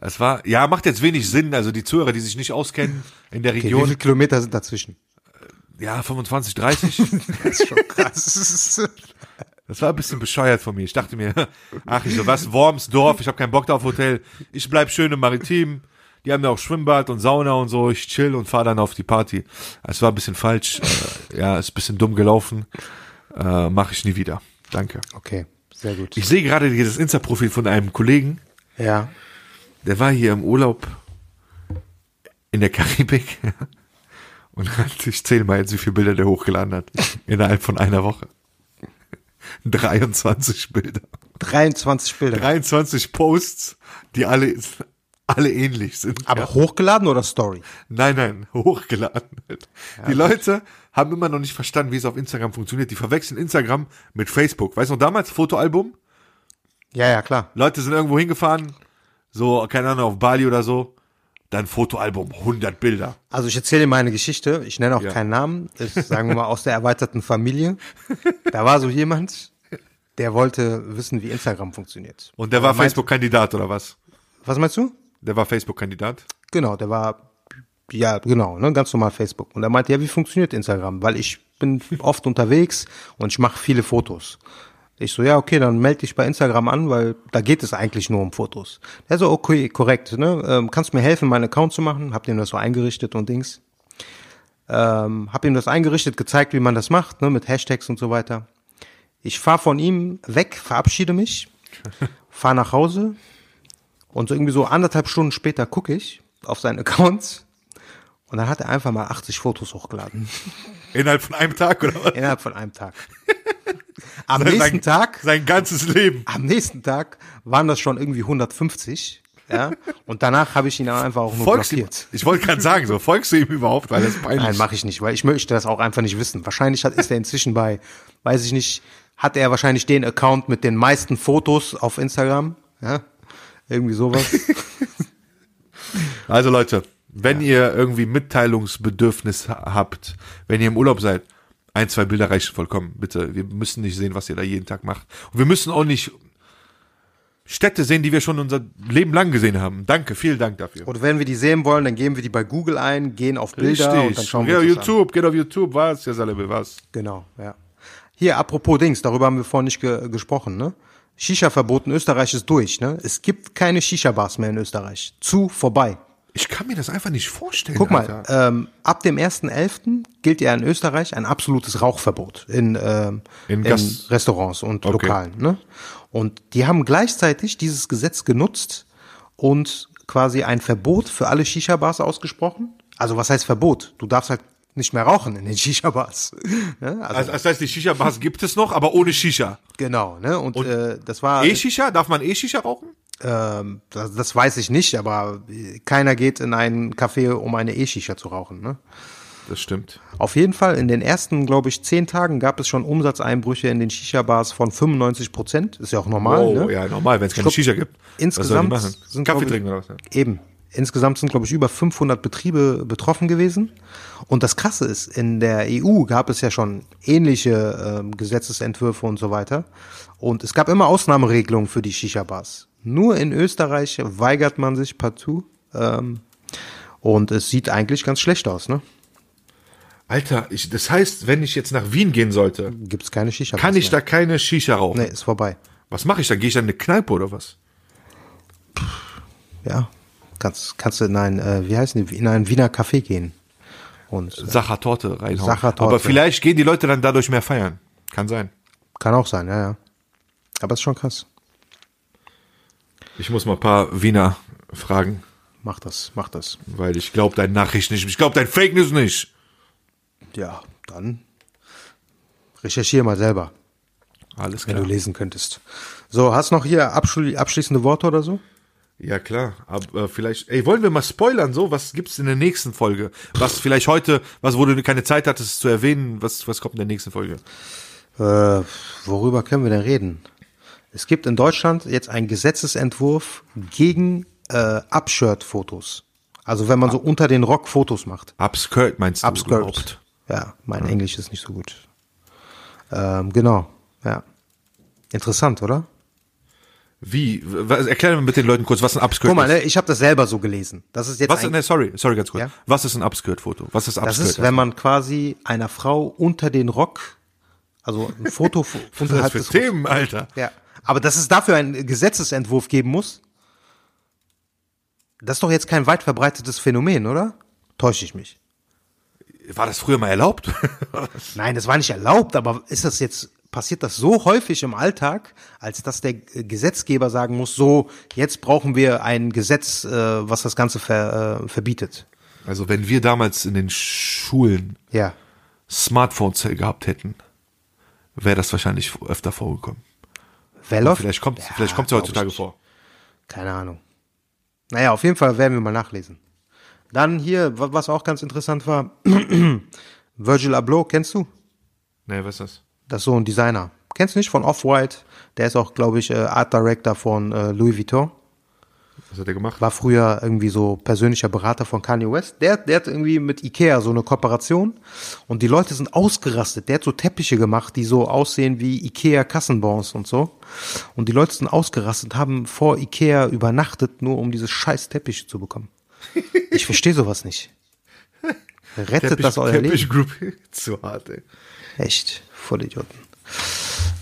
C: Es war, ja, macht jetzt wenig Sinn. Also die Zuhörer, die sich nicht auskennen in der
B: Okay, wie
C: Region,
B: viele Kilometer sind dazwischen?
C: ja, 25, 30.
B: Das ist schon krass.
C: Das war ein bisschen bescheuert von mir. Ich dachte mir, ach, ich so, was, Wormsdorf, ich habe keinen Bock da auf Hotel. Ich bleib schön im Maritim. Die haben ja auch Schwimmbad und Sauna und so. Ich chill und fahre dann auf die Party. Es war ein bisschen falsch. Äh, ja, ist ein bisschen dumm gelaufen. Äh, Mache ich nie wieder. Danke.
B: okay, sehr gut.
C: Ich sehe gerade hier das Insta-Profil von einem Kollegen.
B: Ja,
C: Der war hier im Urlaub in der Karibik. Und hat, ich zähle mal jetzt, wie viele Bilder der hochgeladen hat. Innerhalb von einer Woche. 23 Bilder.
B: 23 Bilder.
C: 23 Posts, die alle, alle ähnlich sind.
B: Aber hochgeladen oder Story?
C: Nein, nein, hochgeladen. die Leute haben immer noch nicht verstanden, wie es auf Instagram funktioniert. Die verwechseln Instagram mit Facebook. Weißt du noch damals, Fotoalbum?
B: Ja, ja, klar.
C: Leute sind irgendwo hingefahren, so, keine Ahnung, auf Bali oder so. Dann Fotoalbum, 100 Bilder.
B: Also ich erzähle dir meine Geschichte. Ich nenne auch
C: Ja.
B: keinen Namen. Ist, sagen wir mal, aus der erweiterten Familie. Da war so jemand, der wollte wissen, wie Instagram funktioniert.
C: Und der war
B: meint-
C: Facebook-Kandidat oder was?
B: Was meinst du?
C: Der war Facebook-Kandidat?
B: Genau, der war, ja, genau, ne, ganz normal Facebook. Und er meinte, ja, wie funktioniert Instagram? Weil ich bin oft unterwegs und ich mache viele Fotos. Ich so, ja, okay, dann melde dich bei Instagram an, weil da geht es eigentlich nur um Fotos. Der so, okay, korrekt, ne? Ähm, kannst mir helfen, meinen Account zu machen? Hab dem das so eingerichtet und Dings. Ähm, hab ihm das eingerichtet, gezeigt, wie man das macht, ne, mit Hashtags und so weiter. Ich fahr von ihm weg, verabschiede mich, fahr nach Hause, und so irgendwie so anderthalb Stunden später gucke ich auf seinen Account Und dann hat er einfach mal 80 Fotos hochgeladen.
C: Innerhalb von einem Tag oder was?
B: Innerhalb von einem Tag. Am
C: Sein-
B: nächsten Tag
C: Sein ganzes Leben.
B: am nächsten Tag waren das schon irgendwie 150. Ja, und danach habe ich ihn einfach auch nur
C: Folgst ihm,
B: blockiert.
C: ich wollte gerade sagen, so folgst du ihm überhaupt, weil das ist peinlich.
B: Nein, mache ich nicht, weil ich möchte das auch einfach nicht wissen. Wahrscheinlich hat, ist er inzwischen bei, weiß ich nicht, hat er wahrscheinlich den Account mit den meisten Fotos auf Instagram. Ja, irgendwie sowas.
C: Also Leute, wenn ihr irgendwie Mitteilungsbedürfnis ha- habt, wenn ihr im Urlaub seid, ein, zwei Bilder reichen vollkommen, bitte. Wir müssen nicht sehen, was ihr da jeden Tag macht. Und wir müssen auch nicht Städte sehen, die wir schon unser Leben lang gesehen haben. Danke, vielen Dank dafür.
B: Oder wenn wir die sehen wollen, dann geben wir die bei Google ein, gehen auf Bilder und dann schauen
C: geht
B: wir
C: auf
B: uns das an.
C: YouTube, geht auf YouTube, was, ja Salebe, was?
B: Genau, ja. Hier, apropos Dings, darüber haben wir vorhin nicht ge gesprochen, ne? Shisha-Verbot in Österreich ist durch, ne? Es gibt keine Shisha-Bars mehr in Österreich. Zu, vorbei.
C: Ich kann mir das einfach nicht vorstellen.
B: Guck mal,
C: Alter.
B: ähm, ab dem 1.11. gilt ja in Österreich ein absolutes Rauchverbot in, ähm,
C: In
B: in,
C: Gast-
B: Restaurants und
C: Okay.
B: Lokalen. Ne? Und die haben gleichzeitig dieses Gesetz genutzt und quasi ein Verbot für alle Shisha-Bars ausgesprochen. Also was heißt Verbot? Du darfst halt nicht mehr rauchen in den Shisha-Bars. Ne? Also,
C: Also, das heißt, die Shisha-Bars gibt es noch, aber ohne Shisha.
B: genau, ne? Und, äh, das war,
C: E-Shisha? Darf man E-Shisha rauchen?
B: ähm, das, das weiß ich nicht, aber äh, keiner geht in einen Café, um eine E-Shisha zu rauchen. Ne?
C: Das stimmt.
B: Auf jeden Fall, in den ersten, glaube ich, zehn Tagen gab es schon Umsatzeinbrüche in den Shisha-Bars von 95 Prozent. Ist ja auch normal,
C: Wow,
B: ne?
C: ja, normal, wenn es keine
B: glaub,
C: Shisha gibt.
B: insgesamt
C: was soll die machen?
B: sind,
C: Kaffee
B: glaub ich-
C: trinken oder was? ja?
B: Eben. Insgesamt sind, glaube ich, über 500 Betriebe betroffen gewesen. Und das Krasse ist, in der EU gab es ja schon ähnliche ähm, Gesetzesentwürfe und so weiter. Und es gab immer Ausnahmeregelungen für die Shisha-Bars. Nur in Österreich weigert man sich partout. Ähm, und es sieht eigentlich ganz schlecht aus, ne?
C: Alter, ich, das heißt, wenn ich jetzt nach Wien gehen sollte,
B: Gibt es keine Shisha-Bars
C: kann ich
B: mehr.
C: da keine Shisha rauchen.
B: Nee, ist vorbei.
C: Was mache ich dann? Gehe ich dann in eine Kneipe oder was?
B: Ja, kannst, kannst du in ein, äh, wie heißen die, in ein Wiener Café gehen. Und äh,
C: Sachertorte reinhauen.
B: Sachertorte.
C: Aber vielleicht gehen die Leute dann dadurch mehr feiern. Kann sein.
B: kann auch sein, ja, ja. Aber ist schon krass.
C: Ich muss mal ein paar Wiener fragen,
B: Mach das, mach das.
C: weil ich glaube deine Nachricht nicht. Ich glaube dein Fake News nicht.
B: Ja, dann recherchiere mal selber,
C: Alles
B: wenn
C: klar.
B: du lesen könntest. So, hast noch hier abschli abschließende Worte oder so?
C: Ja klar, aber äh, vielleicht, ey, wollen wir mal spoilern so, was gibt's in der nächsten Folge? Was vielleicht heute, was wo du keine Zeit hattest zu erwähnen, was was kommt in der nächsten Folge?
B: Äh, worüber können wir denn reden? Es gibt in Deutschland jetzt einen Gesetzesentwurf gegen äh, Upshirt-Fotos. Also wenn man so unter den Rock Fotos macht.
C: Upskirt meinst du
B: Upskirt.
C: überhaupt?
B: Ja, mein Englisch ist nicht so gut. Ähm, genau, ja. Interessant, oder?
C: Wie? Was, erklär mir mit den Leuten kurz, was ein Upskirt
B: Guck mal,
C: ist.
B: ne, ich habe das selber so gelesen. Das ist jetzt
C: Was,
B: ein,
C: ne, sorry, sorry ganz kurz.
B: Ja?
C: Was ist ein Upskirt-Foto? Was ist
B: das
C: Upskirt?
B: ist, äh, wenn man quasi einer Frau unter den Rock, also ein Foto fu-
C: das
B: unterhalb
C: für
B: des Rocks.
C: Themen, Alter?
B: Ja, aber dass es dafür einen Gesetzesentwurf geben muss, das ist doch jetzt kein weit verbreitetes Phänomen, oder? Täusche ich mich?
C: War das früher mal erlaubt?
B: Nein, das war nicht erlaubt, aber ist das jetzt, passiert das so häufig im Alltag, als dass der äh, Gesetzgeber sagen muss, so, jetzt brauchen wir ein Gesetz, äh, was das Ganze ver, äh, verbietet.
C: also wenn wir damals in den Schulen
B: Ja.
C: Smartphones gehabt hätten, wäre das wahrscheinlich öfter vorgekommen.
B: Wer
C: Vielleicht kommt
B: Ja,
C: vielleicht kommt's ja
B: glaub
C: heutzutage
B: ich.
C: vor.
B: Keine Ahnung. Naja, auf jeden Fall werden wir mal nachlesen. Dann hier, wa- was auch ganz interessant war, Virgil Abloh, kennst du?
C: Ne, was ist das?
B: Das ist so ein Designer. Kennst du nicht von Off-White? Der ist auch, glaube ich, äh, Art Director von äh, Louis Vuitton.
C: Was hat er gemacht?
B: war früher irgendwie so persönlicher Berater von Kanye West. Der, der hat irgendwie mit Ikea so eine Kooperation und die Leute sind ausgerastet. Der hat so Teppiche gemacht, die so aussehen wie Ikea Kassenbons und so. Und die Leute sind ausgerastet, haben vor Ikea übernachtet, nur um diese scheiß Teppiche zu bekommen. Ich verstehe sowas nicht. Rettet das euer Leben?
C: Group zu hart, ey.
B: Echt, Vollidioten.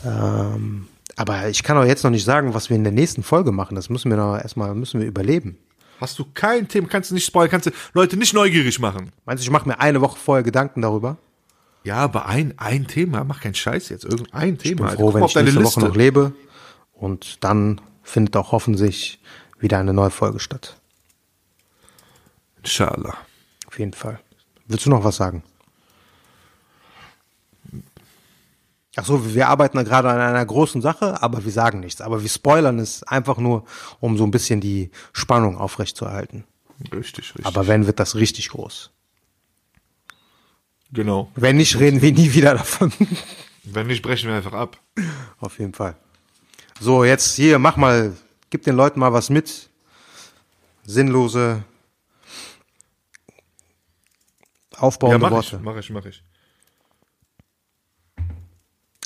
B: Ähm, aber ich kann auch jetzt noch nicht sagen, was wir in der nächsten Folge machen. Das müssen wir noch erstmal, müssen wir überleben.
C: Hast du kein Thema, kannst du nicht spoilern, kannst du Leute nicht neugierig machen.
B: Meinst du, ich mache mir eine Woche vorher Gedanken darüber?
C: Ja, aber ein, ein Thema, mach keinen Scheiß jetzt, irgendein
B: Ich
C: Thema.
B: bin
C: Alter.
B: froh,
C: Guck
B: wenn
C: mal auf
B: ich
C: deine
B: nächste
C: Liste.
B: Woche noch lebe. Und dann findet auch hoffentlich wieder eine neue Folge statt.
C: Inshallah.
B: Auf jeden Fall. Willst du noch was sagen? Ach so, wir arbeiten da gerade an einer großen Sache, aber wir sagen nichts. Aber wir spoilern es einfach nur, um so ein bisschen die Spannung aufrechtzuerhalten.
C: Richtig, richtig.
B: Aber wenn, wird das richtig groß.
C: genau.
B: Wenn nicht, reden wir nie wieder davon.
D: Wenn nicht, brechen wir einfach ab.
B: Auf jeden Fall. So, jetzt hier, mach mal, gib den Leuten mal was mit. Sinnlose,
D: Ja,
B: aufbauende
D: mach ich,
B: Worte.
D: mach ich, mach ich.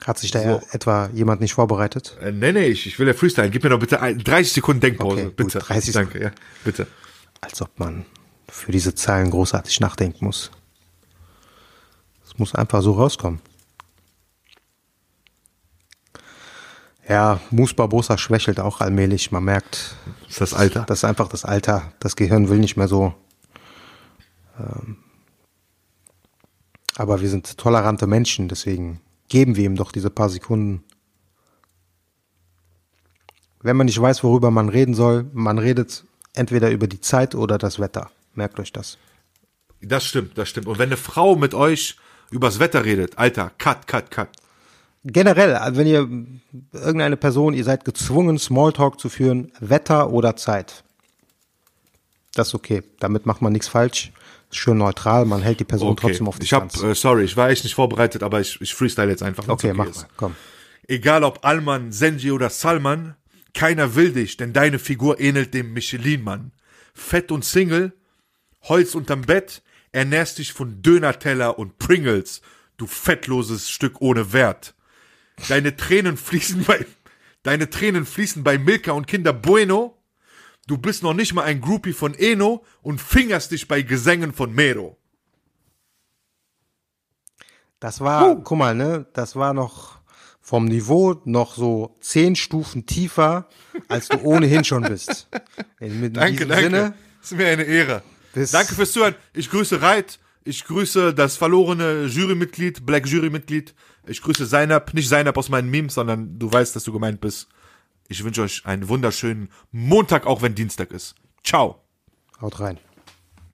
B: Hat sich da etwa jemand nicht vorbereitet?
D: Äh, nee, nee, ich, ich will ja Freestyle. Gib mir doch bitte ein, 30 Sekunden Denkpause.
B: Okay, gut,
D: bitte.
B: 30
D: Danke, ja. Bitte.
B: Als ob man für diese Zeilen großartig nachdenken muss. Es muss einfach so rauskommen. Ja, Mus Barbosa schwächelt auch allmählich. Man merkt,
D: Das ist das Alter.
B: Das ist einfach das Alter. Das Gehirn will nicht mehr so. Ähm, aber wir sind tolerante Menschen, deswegen geben wir ihm doch diese paar Sekunden. Wenn man nicht weiß, worüber man reden soll, man redet entweder über die Zeit oder das Wetter. Merkt euch das.
C: Das stimmt, das stimmt. Und wenn eine Frau mit euch übers Wetter redet, Alter, cut, cut, cut.
B: Generell, also wenn ihr irgendeine Person, ihr seid gezwungen, Smalltalk zu führen, Wetter oder Zeit. Das ist okay. Damit macht man nichts falsch. Ist schön neutral, man hält die Person trotzdem auf
C: ich hab,
B: Distanz.
C: äh, sorry, ich war echt nicht vorbereitet, aber ich, ich freestyle jetzt einfach. wenn's
B: okay, mach
C: ist.
B: mal, komm.
C: Egal ob Alman, Senji oder Salman, keiner will dich, denn deine Figur ähnelt dem Michelin-Mann. Fett und Single, Holz unterm Bett, ernährst dich von Dönerteller und Pringles, du fettloses Stück ohne Wert. Deine Tränen fließen bei, deine Tränen fließen bei Milka und Kinder Bueno. Du bist noch nicht mal ein Groupie von Eno und fingerst dich bei Gesängen von Mero.
B: Das war, guck mal, ne, das war noch vom Niveau noch so zehn Stufen tiefer, als du ohnehin schon bist. In, in
C: Danke,
B: diesem
C: danke.
B: Sinne,
C: Ist mir eine Ehre.
B: Bis-
C: danke fürs Zuhören. Ich grüße Reit. Ich grüße das verlorene Jurymitglied, Black Jurymitglied. Ich grüße Seinab, nicht Seinab aus meinen Memes, sondern du weißt, dass du gemeint bist. Ich wünsche euch einen wunderschönen Montag, auch wenn Dienstag ist. Ciao.
B: haut rein.